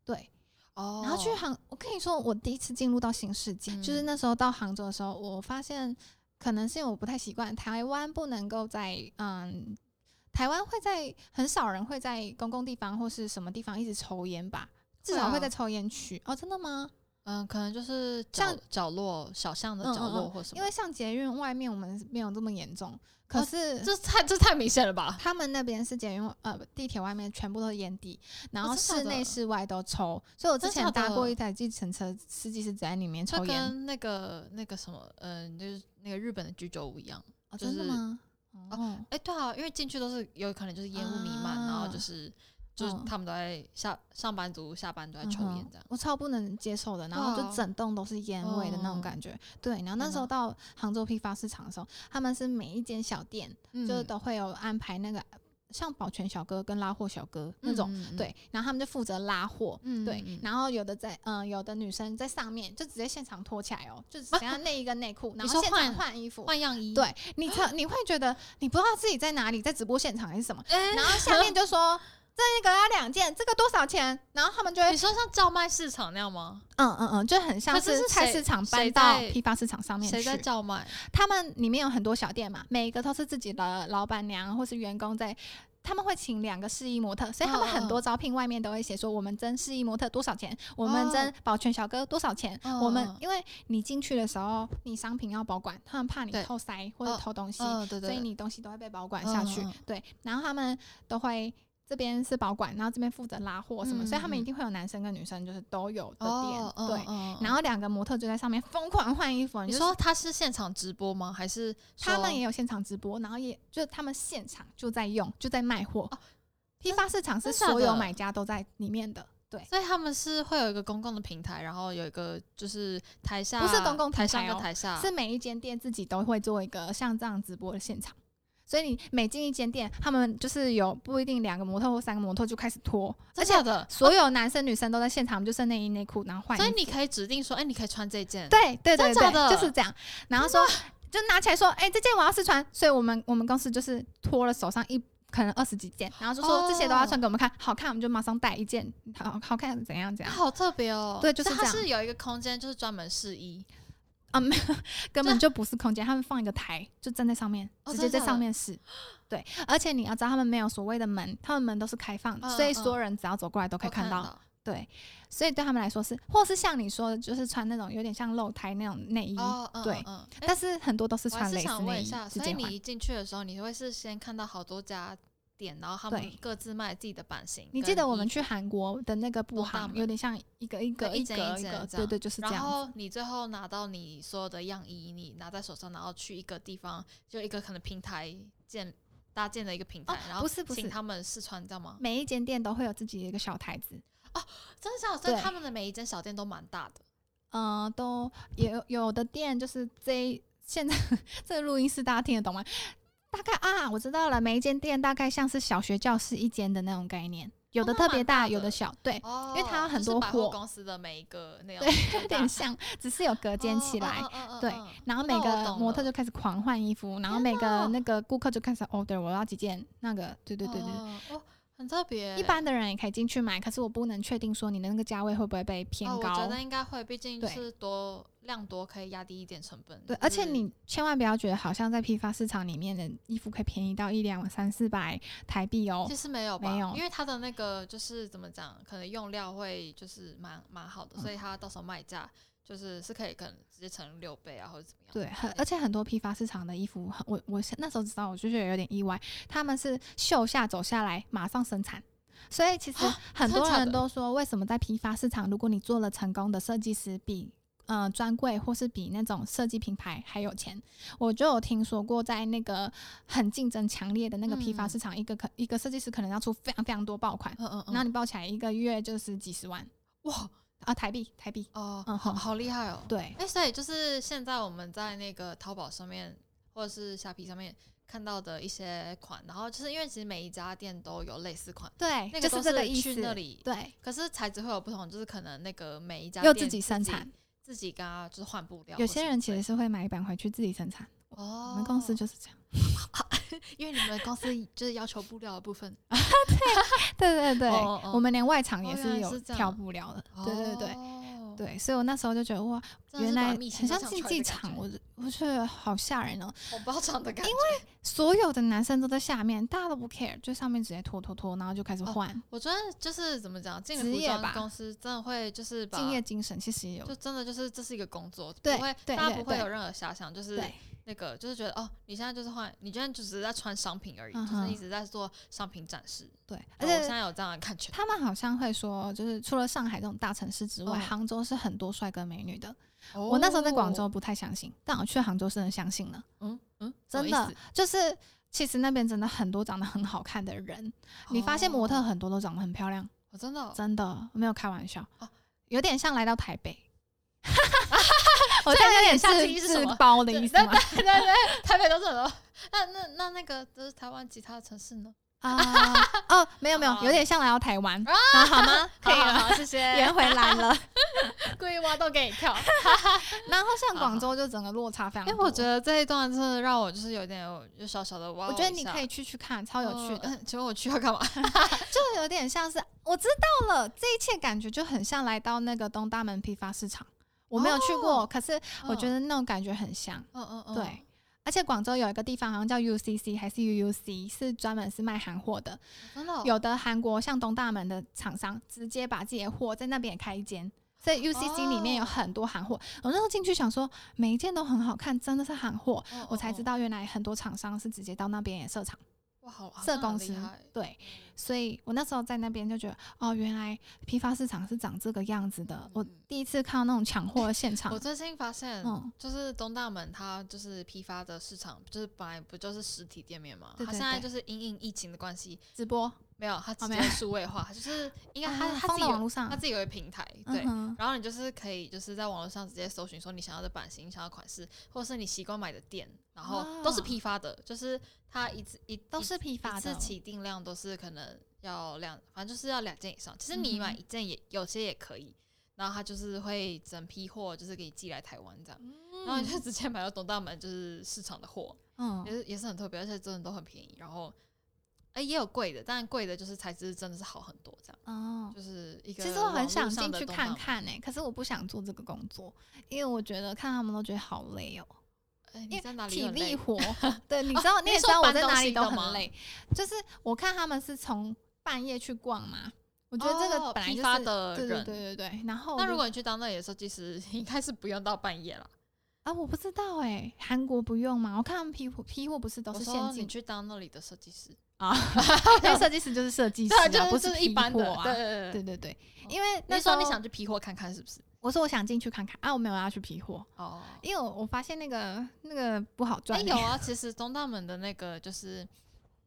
对，哦，然后去杭，我跟你说，我第一次进入到新世界，就是嗯那时候到杭州的时候，我发现可能是因为我不太习惯台湾不能够在嗯。台湾会在很少人会在公共地方或是什么地方一直抽烟吧，至会少会啊在抽烟区、哦，真的吗？嗯，可能就是角像角落小巷的嗯角嗯落嗯或什么，因为像捷运外面我们没有这么严重，可哦是这太这太明显了 吧？他们那边是捷运呃地铁外面全部都是烟蒂，然后哦真假室内的室外都抽，所以我之真前假搭过的一台计程车，司机是只在里面这抽烟跟那个那个什么，嗯、就是那个日本的居酒屋一样。哦，就真的是吗？哦，哎、对啊，因为进去都是有可能就是烟雾弥漫，然后啊就是就是嗯他们都在下上班族下班都在嗯呃抽烟哼这样。我超不能接受的，然后对就啊哦整栋都是烟味的那种感觉。对，然后那天时候哪到杭州批发市场的时候，他们是每一间小店就是嗯都会有安排那个像保全小哥跟拉货小哥那种，，嗯，对，然后他们就负责拉货，嗯对，然后有的在，嗯、有的女生在上面就直接现场脱起来哦，就只剩下内衣跟内裤，然后说现场换换衣服。换样衣，对，你才你会觉得你不知道自己在哪里，在直播现场还是什么，哎然后下面就说这个要两件，这个多少钱？然后他们就会你说像叫卖市场那样吗？嗯嗯嗯，就很像可是是是菜谁市场搬谁到在批发市场上面谁在去。叫卖？他们里面有很多小店嘛，每一个都是自己的老板娘或是员工在。他们会请两个试衣模特，所以他们嗯嗯很多招聘外面都会写说，我们征试衣模特多少钱，我们征保全小哥多少钱，嗯我们嗯因为你进去的时候，你商品要保管，他们怕你对偷塞或者哦偷东西，嗯，对对所以对你东西都会被保管下去。嗯嗯嗯对，然后他们都会这边是保管，然后这边负责拉货什么，嗯嗯所以他们嗯一定会有男生跟女生就是都有的店。哦，嗯对，，嗯然。嗯后两个模特就在上面疯狂换衣服。你就说是他是现场直播吗？还是他说们也有现场直播，然后也就他们现场就在用，就在卖货。哦批发市场是真的假所有的买家都在里面的，对，所以他们是会有一个公共的平台，然后有一个就是台下不是公共平台台上跟哦台下，是每一间店自己都会做一个像这样直播的现场。所以你每进一间店，他们就是有不一定两个模特或三个模特就开始脱，而真且的假的。所有男生女生都在现场，就剩内衣内裤，然后换衣服。所以你可以指定说，哎，你可以穿这件。对对真对对，假的就是这样。然后说就拿起来说，哎、这件我要试穿，所以我们我们公司就是脱了手上一。可能二十几件，然后就说哦这些都要穿给我们看，好看我们就马上带一件，好好看怎样怎啊样，好特别哦。对就是所以它这样是有一个空间，就是专门试衣。根本就不是空间，他们放一个台就站在上面，哦直真的假接在的上面试。对，而且你要知道他们没有所谓的门，他们门都是开放的，嗯所以嗯所有人只要走过来都可以我看看得到。对，所以对他们来说是，或是像你说的，就是穿那种有点像露台那种内衣，哦，嗯对嗯嗯哎但是很多都是我还穿是蕾丝想问内一衣下，直所以接你换。一进去的时候，你会是先看到好多家店，然后他们对各自卖自己的版型。你记得我们，去韩国的那个布东大行，门哦有点像一个一个对一间一格一间格，这对样对，就是这然样后子。你最后拿到你所有的样衣，你拿在手上，然后去一个地方，就一个可能平台建搭建的一个平台，哦然后不是不是请他们试穿，你知道吗？每一间店都会有自己的一个小台子，真的假的？所以对他们的每一间小店都蛮大的。呃，都也有有的店就是这一现在 这个录音室大家听得懂吗？大概啊，我知道了，每一间店大概像是小学教室一间的那种概念，有的哦那特蛮别大有的的小，对，哦，因为它有很就是多百货货公司的每一个 那样对很有大点像，只是有隔间起来。哦，哦对然后每那我个懂模了特就开始狂换衣服，然后天每个哪那个顾客就开始 order 我要几件那个，对对对对，哦哦很特别。哦一般的人也可以进去买，可是我不能确定说你的那个价位会不会被偏哦，我高。觉得应该会，毕竟对是多量多可以压低一点成本。对，就而且是你千万不要觉得好像在批发市场里面的衣服可以便宜到一两三四百台币哦其。实没有没吧，有因为它的那个就是怎么讲，可能用料会就是蛮蛮好嗯的，所以它到时候卖价就是是可以可能直接乘六倍啊，或者怎么样。对，很对而且很多批发市场的衣服，我我是那时候知道，我就觉得有点意外，他们是秀下走下来马上生产。所以其实啊很真的多假人的都说，为什么在批发市场，如果你做了成功的设计师比，呃专柜或是比那种设计品牌还有钱？我就有听说过，在那个很竞争强烈的那个批发嗯市场，一个可一个设计师可能要出非常非常多爆款，嗯嗯嗯，然后你爆起来一个月就是几十万哇啊台币台币，哦，嗯好哼好厉害哦。，对哎，所以就是现在我们在那个淘宝上面或者是虾皮上面看到的一些款，然后就是因为其实每一家店都有类似款，对，那哎就个都这个意去思，那里。对，可是材质会有不同，就是可能那个每一家又店自己生产。自己跟他就是换布料或什么有之类些的。人其实是会买一版回去自己生产，哦，我们公司就是这样。因为你们公司就是要求布料的部分，对对对，哦哦哦我们连外场也哦原来是有是这样跳布料的。对对对哦，对，所以我那时候就觉得哇，真的原是把来密很信都像想竞出来技的感场，觉我我觉得好吓人哦。红包厂的感觉。所有的男生都在下面，大家都不 care，就上面直接脱脱脱，然后就开始哦换。我觉得就是怎么讲，进了职服业吧装公司真的会就是把敬业精神其实也有就真的就是这是一个工作，对不会对大家对不会对有任何遐想，就是对那个就是觉得哦，你现在就是换，你现在就只是在穿商品而已，嗯就是哼一直在做商品展示。对，而而且我现且在有这样的感觉，他们好像会说，就是除了上海这种大城市之外，嗯哦杭州是很多帅哥美女的。我我那时候在广州，不太相信，但我去杭州真的相信了。嗯嗯，什么真意的思，就是其实那边真的很多长得很好看的人，你发现模特哦，很多都长得很漂亮，我真的哦真的没有开玩笑哦，有点像来到台 北。我所以这样有点有像点记忆自是什自么包的对意思对吗？对对，台北都是很多。那那那那个就是台湾其他的城市呢？啊，哦，没有没有哦，有点像来到台湾，啊啊好吗？可以好了，好好谢 谢。圆回来 了。故意挖洞给你 跳。然后像广州就整个落差非常哎，多。嗯我觉得这一段真的让我就是有点有小小的哇。哦我觉得你可以呃去去看，超好有趣的，。请问我去要干嘛？就有点像是我知道了，这一切感觉就很像来到那个东大门批发市场。我没有去过，哦可是我觉得那种感觉很像。嗯，嗯嗯嗯，对而且广州有一个地方好像叫 UCC 还是 UUC，是专门是卖韩货的。真的哦有的韩国像东大门的厂商，直接把自己的货在那边也开一间。所以 UCC 里面有哦很多韩货，我那时候进去想说每一件都很好看，真的是韩货，哦我才知哦道原来很多厂商是直接到那边也设厂。哦哇，好，好社像很公厉司害对，所以我那时候在那边就觉得，哦，原来批发市场是长这个样子的。嗯我嗯第一次看到那种抢货的现场我，最近发现，嗯就是东大门它就是批发的市场，就是本来不就是实体店面嘛，对它对现在对就是因应疫情的关系，直播，没有它直没接有数位化，就是应该它啊它自放己到网有络上它，自己有一个平台，嗯对。哼然后你就是可以就是在网络上直接搜寻说你想要的版型、你想要的款式，或者是你习惯买的店，然后都是啊批发的，就是它一次一都一是批发一次的，哦起定量都是可能要两，反正就是要两件以上。其实你买嗯哼一件也、有些也可以，然后他就是会整批货就是给你寄来台湾这样，然后你就直接买到东大门就是市场的货，也嗯，是也是很特别，而且真的都很便宜。然后，哎、也有贵的，但贵的就是材质真的是好很多，这样哦。就是一个。其实我很想进去看，看呢、可是我不想做这个工作，因为我觉得看他们都觉得好累哦、哎、因你为在哪里体很累力活， 对，你哦知道、你你也是知说道我搬在东哪西里都的吗很累，就是我看他们是从半夜去逛嘛，我觉得这个哦本来批就发是的对对人对对对。然后我那就如果你去当那里的设计师，应该是不用到半夜了。啊，我不知道哎、韩国不用吗？我看他们批货批货不是都我是说现你金，去当那里的设计师，因为设计师就是设计师、对啊，啊，就是不就是批一般的货，啊。对对对对。对对，哦因为那那时候你候想，去批货看看是不是？我说我想进去看看啊，我没有要去批货，哦，因为我我发现那个那个不好哎赚、欸，有啊，其实东大门的那个就是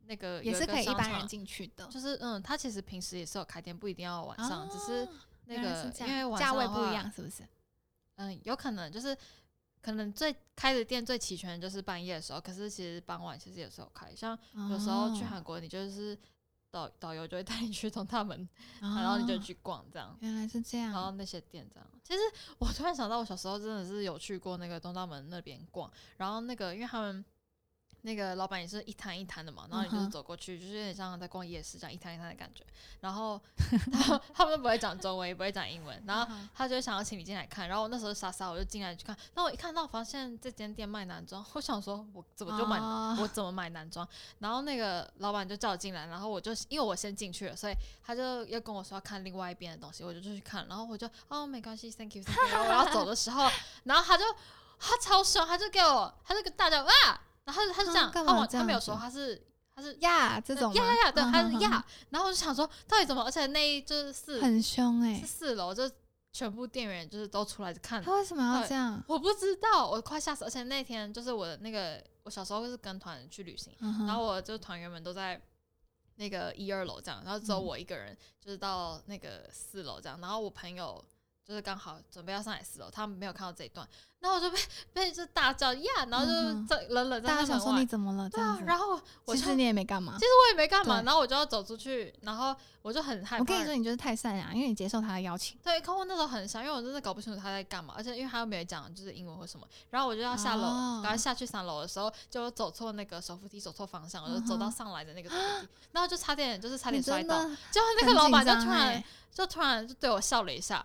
那个也有是个可以一商般场人，进去的，就是嗯，它其实平时也是有开店，不一定要晚上，只哦是啊那原来个是这因样为晚价上位的不一话，样，是不是？嗯，有可能就是。可能最开的店最齐全的就是半夜的时候，可是其实傍晚其实也是有开。像有时候去哦韩国，你就是导导游就会带你去东大门，然后你就哦嗯去逛这样。原来是这然后样，那些店这样。其实我突然想到，我小时候真的是有去过那个东大门那边逛，然后那个因为他们。那个老板也是一摊一摊的嘛，然后你就嗯是哼走过去，就是有点像在逛夜市这样一摊一摊的感觉。然后他 们他们不会讲中文，也不会讲英文，然后嗯哼他就想要请你进来看。然后我那时候傻傻我就进来去看，那我一看到发现这间店卖男装，我想说我怎么就买、哦我怎么买男装？然后那个老板就叫我进来，然后我就因为我先进去了，所以他就又跟我说要看另外一边的东西，我就出去看，然后我就哦没关系，thank you，thank you。然后我要走的时候，然后他就他超凶，他就给我他就大叫哇，然后他就他就这样，啊他干嘛往这他没有样说子他是他是呀这种呀吗呀呀，对，嗯他哼是哼呀，然后我就想说到底怎么，而且那一就是四很凶哎、是四楼，就全部店员就是都出来看他为什么要对这样？嗯我不知道，我快吓死！而且那天就是我的那个，我小时候是跟团去旅行，嗯哼然后我就团员们都在那个一二楼这样，然后只有嗯我一个人就是到那个四楼这样，然后我朋友就是刚好准备要上来四楼，他们没有看到这一段，然后我就被被就大叫呀，然后就嗯哼在冷冷大在家那想门说你外，怎么了？这对样啊子，，然后我其就实你也没干嘛。其实我也没干嘛，对然后我就要走出去，然后我就很害怕，我跟你说，你就是太善良，因为你接受他的邀请。对，客户那时候很傻，因为我真的搞不清楚他在干嘛，而且因为他又没有讲就是英文或什么，然后我就要下楼，哦然后下去三楼的时候就走错那个手扶梯，走错方向，我就走到嗯哼上来的那个手扶梯，然后就差点就是差你点摔真倒，的结果那个很老板就紧张突然、欸就突然就对我笑了一下，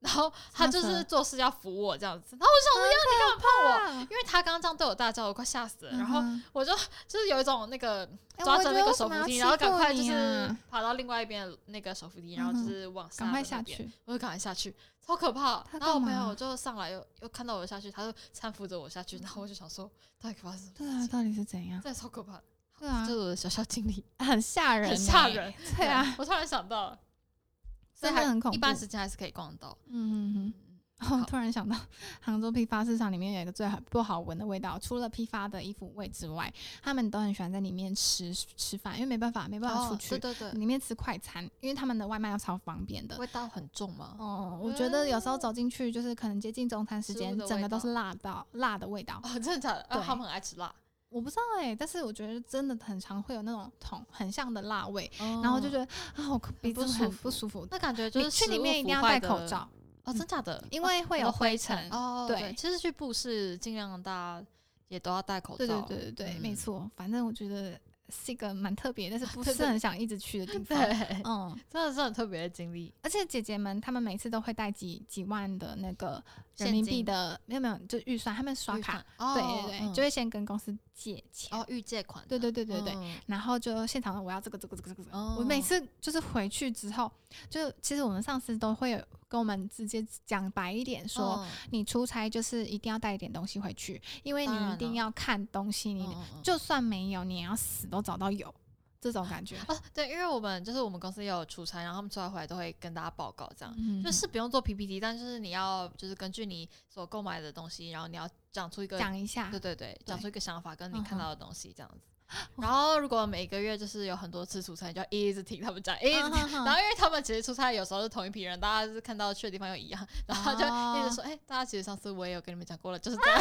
然后他吓就死是了做事要扶我这样子，然后我想说呀，你干嘛碰我？啊因为他刚刚这样对我大叫，我快吓死了，然后嗯哼我就就是有一种那个哎抓我着觉那得个为手什么扶要梯，欺然后赶负快你就是啊爬到另外一边的那个手扶梯，然后就嗯哼是往下赶快的那下边去。我就赶快下去，超可怕。他然后我干朋嘛友就上来又又看到我下去，他就搀扶着我下去，然后我就想说，到底发生什么嗯对事啊，情？到底是怎样？真的超可怕的，对啊这，是我的小小经历，很吓人，欸很吓人。。对啊，，我突然想到了，所以真的还很恐一般怖时间还是可以逛到。 嗯嗯嗯。哦，突然想到，杭州批发市场里面有一个最好不好闻的味道，除了批发的衣服味之外，他们都很喜欢在里面吃吃饭，因为没办法，没办法出哦，去对，对对，里面吃快餐，因为他们的外卖要超方便的。味道很重吗？哦，我觉得有时候走进去就是可能接近中餐时食间物的，整味个都道是辣到辣的味道。哦，真的假的？啊对他们很爱吃辣，我不知道哎、但是我觉得真的很常会有那种桶很像的辣味，然后我就觉得得啊，我鼻哦不子舒很服不舒服。那感觉就是你去食里物面一腐定要坏戴口的罩，嗯哦，真假的？因为会有有灰灰尘尘。哦，对其实去布市尽量大家也都要戴口罩。对对对对对，没嗯错。反正我觉得是一个蛮特别，但是 不对是对很想一直去的地方。 对，嗯，哦真的是很特别的经历。而且姐姐们她们每次都会带几几万的那个人现民币金的，没有没有，就预算，她们刷预卡款，，哦对对对，嗯就会先跟公司借钱。哦预借款的，对对对对对，嗯然后就现场我要这个这个这个这个这个。哦我每次就是回去之后，就其实我们上司都会有跟我们直接讲白一点说，嗯你出差就是一定要带一点东西回去，因为当你然一定了要看东西，你嗯嗯嗯就算没有，你也要死都找到有。这种感觉。哦，对，因为我们就是我们公司也有出差，然后他们出差回来都会跟大家报告这样。嗯就是不用做 PPT，但就是你要就是根据你所购买的东西，然后你要讲出一个，讲一下对，对对，讲出一个想法嗯跟你看到的东西这样子。哇然后如果每个月就是有很多次出差，你就要一直听他们 讲，一直听。嗯然后因为他们其实出差有时候是同一批人，大家就是看到去的地方又一样， 然后就一直哦说，哎、大家其实上次我也有跟你们讲过了，就是 这样。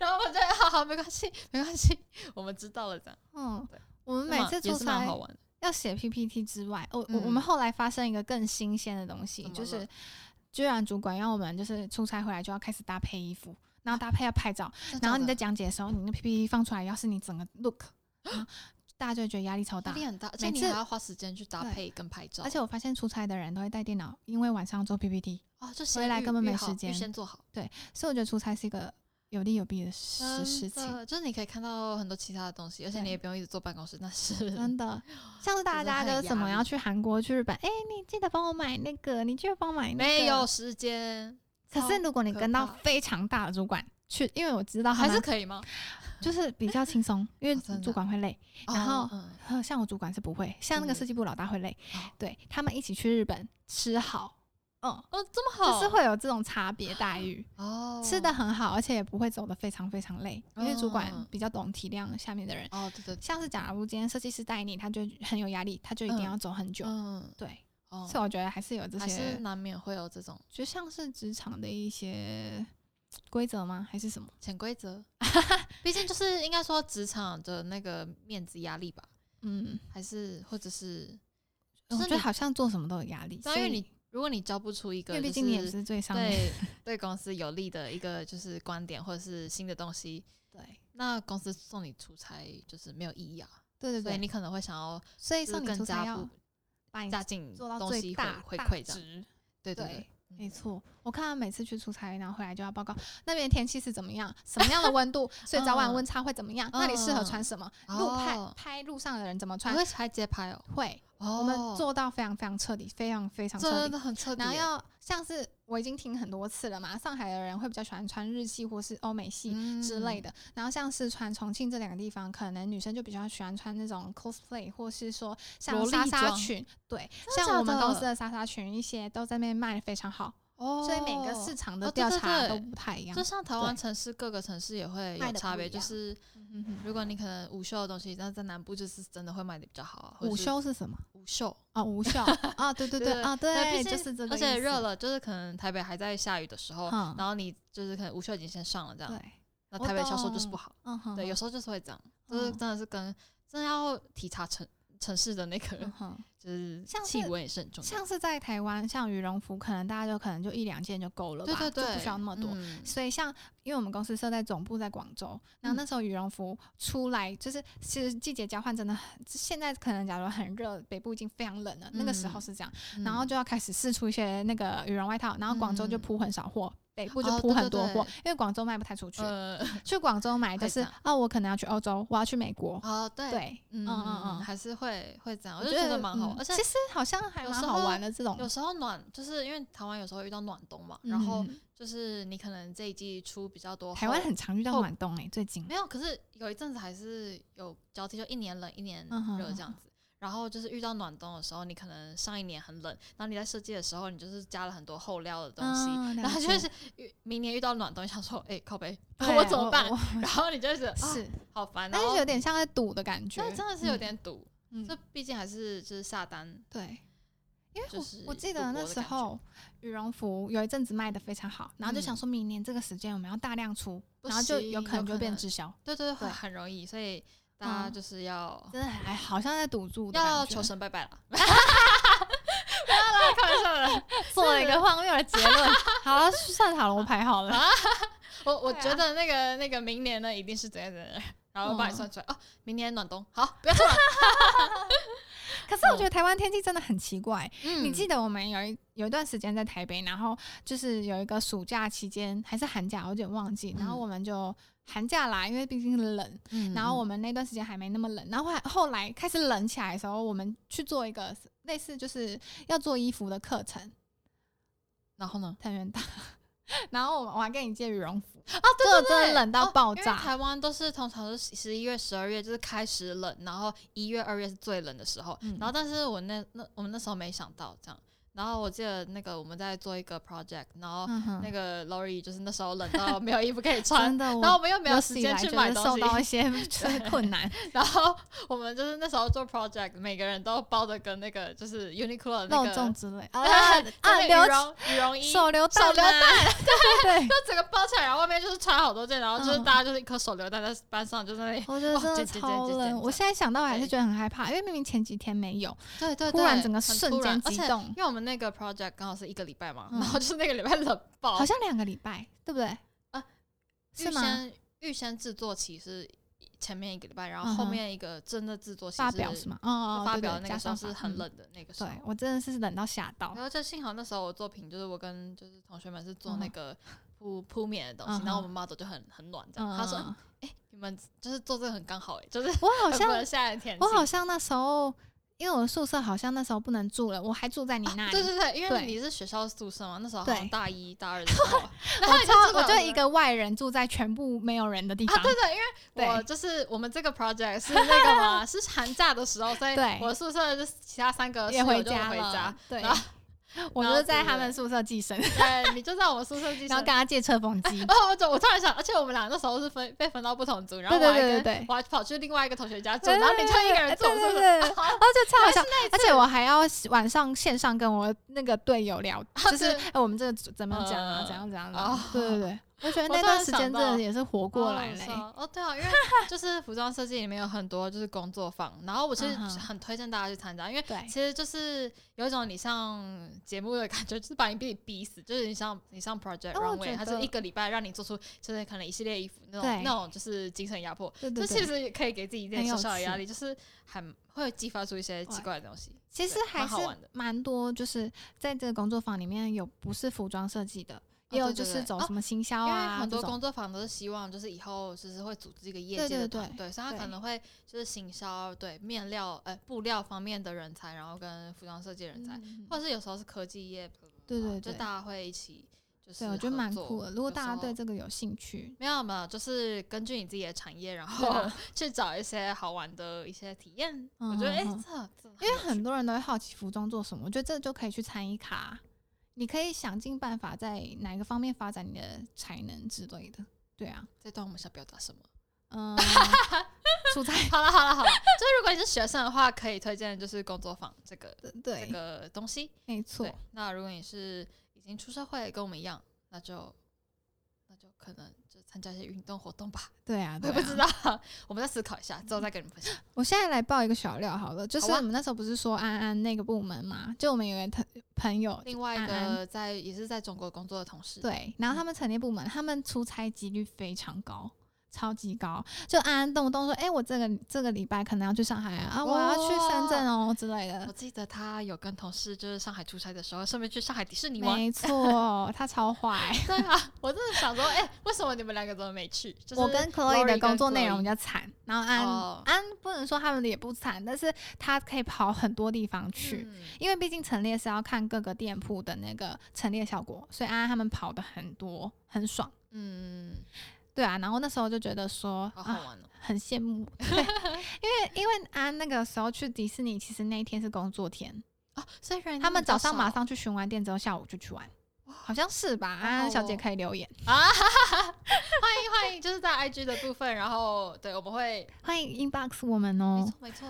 然后我就好好没关系，没关系， 我们知道了这样。嗯对，我们每次也出是蛮差好玩的。要写 PPT 之外，我、我嗯我们后来发生一个更新鲜的东西怎，么就了是居然主管要我们就是出差回来就要开始搭配衣服，然后搭配要拍照，然后你在讲解的时候，你那 PPT 放出来，要是你整个 look，然后大家就会觉得压力超压大。力很大，而且每你次还要花时间去搭对配跟拍照，而且我发现出差的人都会带电脑，因为晚上做 PPT，哦，就先回来预根本预没好时预间先做好。所以我觉得出差是一个有利有弊的事真事情。的就是你可以看到很多其他的东西，而且对你也不用一直坐办公室，那是真的，像是大真的家很就压什么力要去韩国、去日本，哎、你记得帮我买那个，你记得帮我买那 个。没有时间，可是如果你可跟到怕非常大的主管去，因为我知道他还是们可以吗？就是比较轻松，因为哦真的主管会累。然哦后嗯呃像我主管是不会，像那个嗯设计部老大会累哦。对他们一起去日本吃好，嗯，哦，这么好，就是会有这种差别待遇，哦，吃的很好，而且也不会走的非常非常累，因为主管嗯比较懂体谅下面的人。哦，对对，对像是假如今天设计师带你，他就很有压力，他就一嗯定要走很久。嗯，对，哦，所以我觉得还是有这还是些，难免会有这种就像是职场的一些规则吗？还是什么？潜规 则，毕竟就是应该说职场的那个面子压力吧，嗯，还是或者是，我就是觉得你好像做什么都有压力，对啊所因为以你如果你交不出一因个，为毕竟你也不是最上面，对对公司有利的一个就是观点或者是新的东西，对那公司送你出差就是没有意义啊。对对所以对，你可能会想要所以就是送你更出差加要不把你加进做到东最西回大回大馈的，值，对对嗯对对，没错。我看他每次去出差，然后回来就要报告那边天气是怎么样，什么样的温 度，所以早晚嗯温差会怎么样，那里适合嗯穿什么，嗯路拍哦拍路上的人怎么还穿，会拍街拍哦，会哦我们做到非常非常彻底，非常非常彻真底。的很彻底然后耶，要像是我已经听很多次了嘛，上海的人会比较喜欢穿日系或是欧美系，之类的，的。然后像四川、重庆这两个地方，可能女生就比较喜欢穿那种 cosplay，或是说像萝莉纱纱装裙，对，真的像我假们公的司的纱纱裙，一些都在那边卖的非常好，哦，所以每个市场的哦对调对查对都不太一样就。像台湾城市各个城市也会卖有得差不别，一就样是嗯哼如果你可能无袖的东西，那在南部就是真的会卖的比较好啊，哼或者午是休是什么？无袖，哦，午休啊，对对对对对啊，对对，毕就竟是这个而意且思热，了，就是可能台北还在下雨的时候，嗯然后你就是可能无袖已经先上了这样，对，那我台北销售就是不懂好。嗯哼，对，有时候就是会这样，就是嗯真的是跟真的要体察城城市的那个嗯哼，就是像气是温也是很重要。像是在台湾，像羽绒服，可能大家就可能就一两件就够了吧，对对对，就不需要那么多。嗯所以像因为我们公司设在总部在广州，然后那时候羽绒服出来，就是其实季节交换真的很，现在可能假如很热，北部已经非常冷了，那个时嗯候是这样，然后就要开始试出一些那个羽绒外套，然后广州就嗯铺很少货。北部就哦铺对对很多货，对因为广州卖不太出去。呃，去广州买就会是这样哦，我可能要去欧洲，我要去美国。哦对，对，嗯嗯嗯嗯嗯，嗯，还是会会这样，我就觉得蛮好嗯，而且其实好像还有蛮时好候玩的这种。有时候暖就是因为台湾有时候会遇到暖冬嘛，然后嗯就是你可能这一季出比较多厚，台湾很常遇到后暖冬哎，最近没有，可是有一阵子还是有交替，就一年冷一年嗯哼热这样子。然后就是遇到暖冬的时候，你可能上一年很冷，然后你在设计的时候，你就是加了很多厚料的东西，嗯然后了就解是 遇明年遇到暖冬，想说，哎、靠背，对我怎么办 我？然后你就会觉得啊，是，好烦，然但后是有点像在赌的感觉，那真的是有点堵，嗯，这嗯毕竟还是就是下单，对。因为就我是我记赌得博那的时感觉候羽绒服有一阵子卖的非常好，然后就想说明年这个时间我们要大量出，嗯不然后就行有可能有就可变能滞销，对对对，很对很容易，所以大家嗯就是要、真的还好像在赌注的要感觉 求，神拜拜了，不要啦，开玩笑的。做了一个荒谬的结论。 好了，算塔罗牌好啊了， 我我对啊觉得那个那个明年呢，一定是怎样怎样怎样，然后我帮你嗯算出来、哦，明年暖冬，好，不要算了。可是我觉得台湾天气真的很奇怪。 嗯你记得我们有一有一段时间在台北，然后就是有一个暑假期间还是寒假，我有点忘记，然后嗯我们就寒假啦，因为毕竟冷，然后我们那段时间还没那么冷，然后后来后来开始冷起来的时候，我们去做一个类似就是要做衣服的课程，然后呢？藤原大， 然后我我还跟你借羽绒服，啊，这对个对真对，的冷到哦爆因为炸台湾都是通常是十一月、十二月就是开始冷，然后一月、二月是最冷的时候。嗯然后，但是我那那我们那时候没想到这样。然后我记得那个我们在做一个 project，然后嗯哼那个 Lori 就是那时候冷到没有衣服可以穿 真，的，然后我我们又没有有时史以间来去就是买受东西， 到一些就是困难，然后 我们就是那时候做 project，每个人都包的跟那个就是 Uniqlo 的那肉个 粽 之类啊啊，啊流羽绒羽绒衣，手榴弹啊，手榴弹 对 对，就整个包起来，然后外面就是穿好多件，然后就是嗯大家就是一颗手榴弹在班上就在 那里，我觉得哇真的对对对对超对冷，对我现在想到我还是对觉得很害怕，因为明明前几天没有，对对突然整个很 瞬突然间而激且动因，为我们那个 project 刚好是一个礼拜嘛，嗯然后就是那个礼拜冷爆，好像两个礼拜，对不对？啊，是预吗？先预先制作期是前面一个礼拜，然后嗯后哼面一个真的制作期发表是是吗？哦，哦就哦发对对表的那加个时候上是法很嗯冷的那个时候对。我真的是冷到吓到然，后就幸好那时候我作品就是我跟就是同学们是做嗯那个铺铺面的东嗯西，然后我哼们 model 就很很暖这样，嗯，他 说你们就是做这个很刚好哎，就是我好很符合像现在的天气我。好像那时候，因为我的宿舍好像那时候不能住了，我还住在你那啊里，对对对，啊因为对你是学校宿舍嘛，那时候好像对大一大 二的时候，然后我你超住我在就们一个外人住在全部没有人的地啊，方，对 对，因为我对就是我们这个 project 是那个 嘛，是寒假的时候，所以对我宿舍就是其他三个室也友回就家回 了家，，对然后。 我然就后是在对他对们宿舍寄生，对，你就在我们宿舍寄然后生，跟。他借吹风机 哦，我就我突然想，而且我们俩那时候是分被分到不同组，然后我对还对跟对对对我还跑去另外一个同学家住，对对然后你就一个人住，对对是不是？ 对啊对哦，就超好笑，而且我还要晚上线上跟我那个队友聊，就是对哎我们这个怎么讲啊，嗯怎样怎样哦的，对对对，我觉我得那突段然时想间真到的也是活过好来好嘞笑，哦，对啊， 因为就是服装设计里面有很多就是工作坊，然后我其实嗯哼很推荐大家去参加，因为对其实就是有一种你上节目的感觉，就是把你逼逼死，就是你上你上 project 哦我 runway，觉它得是一个礼拜让你做出就是可能一系列衣服那对种那种就是精神压迫，对这对其对，实也可以给自己一点很小有小的压趣力，就是还会激发出一些奇哇怪的东西。其实对还蛮是好玩的蛮多，就是在这个工作坊里面有不是服装设计的，也有对就对是对走哦什么行因销为啊很这多种，工作坊都是希望，就是以后就是会组织一个业对界对的对团队，所以他对可能会就是行销对面料呃布料方面的人才，然后跟服装设计人才，嗯或者是有时候是科技业，对对就对大，家会一起就是对我觉得合蛮作酷的。如果有大时家对候这个有兴趣，没有没有，就是根据你自己的产 业，然对后啦去找一些好玩的一些体验。嗯我觉得哎、嗯这这因为有很趣多人都会好奇服装做什么，我觉得这就可以去参与卡啊，你可以想尽办法在哪一个方面发展你的才能之类的。对啊，这段我们想表达什么？ 嗯，出差好了好了好了， 就是如果你是学生的话，可以推荐就是工作坊这个对这对，个东西。没错对，，那如果你是已经出社会，跟我们一样，那就那就可能就参加一些运动活动吧。 对啊，我对也啊。不知道，我们再思考一下，之后再跟你们分享。我现在来爆一个小料好了，就是好啊我们那时候不是说安安那个部门嘛，就我们有个朋朋友。另外一安个嗯在也是在中国工作的同事，嗯对，然后他们陈列部门，他们出差几率非常高，超级高。就安安动不动说，哎、我这个这个礼拜可能要去上海啊，啊我要去深圳哦之类的我。记得他有跟同事就是上海出差的时候，顺便去上海迪士尼玩。没错，他超坏。对啊，我真的想说，哎、为什么你们两个怎么没去？ 就是我跟 Chloe Lori 的跟工作内容 Chloe 比较惨，然后安、哦安不能说他们的也不惨，但是他可以跑很多地方去。嗯因为毕竟陈列是要看各个店铺的那个陈列效果，所以安安他们跑的很多，很爽。嗯，对啊，然后那时候就觉得说好好啊，玩哦。很 羡慕，对，因为因为安安那个时候去迪士尼，其实那一天是工作天，哦，所以人他们比较早上马少上去巡完店之后，下午就去玩，好像是吧？好安安小姐哦可以留言，啊，哈哈哈欢迎欢迎，就是在 IG 的部分，然后对我们会欢迎 inbox 我们没哦错，没错，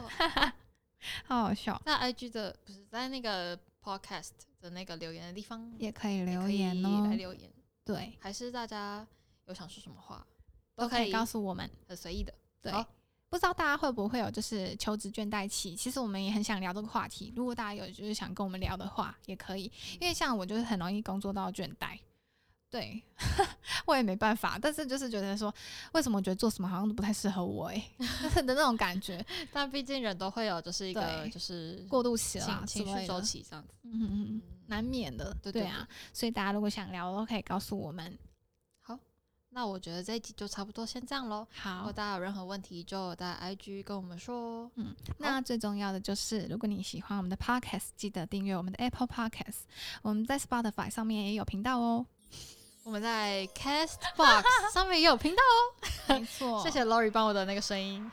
好好笑，在 IG 的不是在那个 Podcast 的那个留言的地方也可以也留可以言哦来，留言，对，还是大家有想说什么话都都可可以以告诉我们。很随意的，对好，不知道大家会不会有就是求职倦怠期？其实我们也很想聊这个话题。如果大家有就是想跟我们聊的话，也可以，因为像我就是很容易工作到倦怠，对 我也没办法。但是就是觉得说，为什么我觉得做什么好像都不太适合我诶、就是 的那种感觉，但毕竟人都会有就是一个对就是过渡期啦情之情类绪周的，期这样子，嗯嗯嗯，嗯，难免的，对对对啊。所以大家如果想聊，都可以告诉我们。好，那我觉得这一集就差不多先这样喽。如好果，大家有任何问题，就在 IG 跟我们说哦。嗯那最重要的就是，如果你喜欢我们的 podcast，记得订阅我们的 Apple Podcast，我们在 Spotify 上面也有频道哦。我们在 Castbox 上面也有频道没错， 哦。谢，谢 Lori 帮我的那个声音，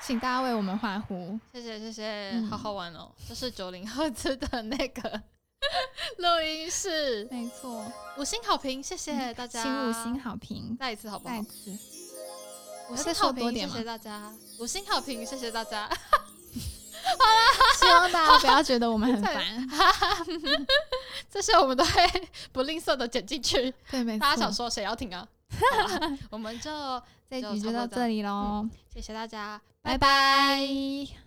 请大家为我们欢呼。谢谢谢谢，嗯好好玩哦！这是九零赫兹的那个 录音室，没错，五星好评，谢谢嗯大家，请五星，好评，再一次好不再好？次五要再星说好多评，点谢吗谢大家，五星好评，谢谢大家。 希望大家不要觉得 我们很烦。这些我们都会不吝啬的剪进去。对，没错。大家想说谁要听啊？好吧我们就这一就集差就不多到这样这里喽，谢谢大家，拜拜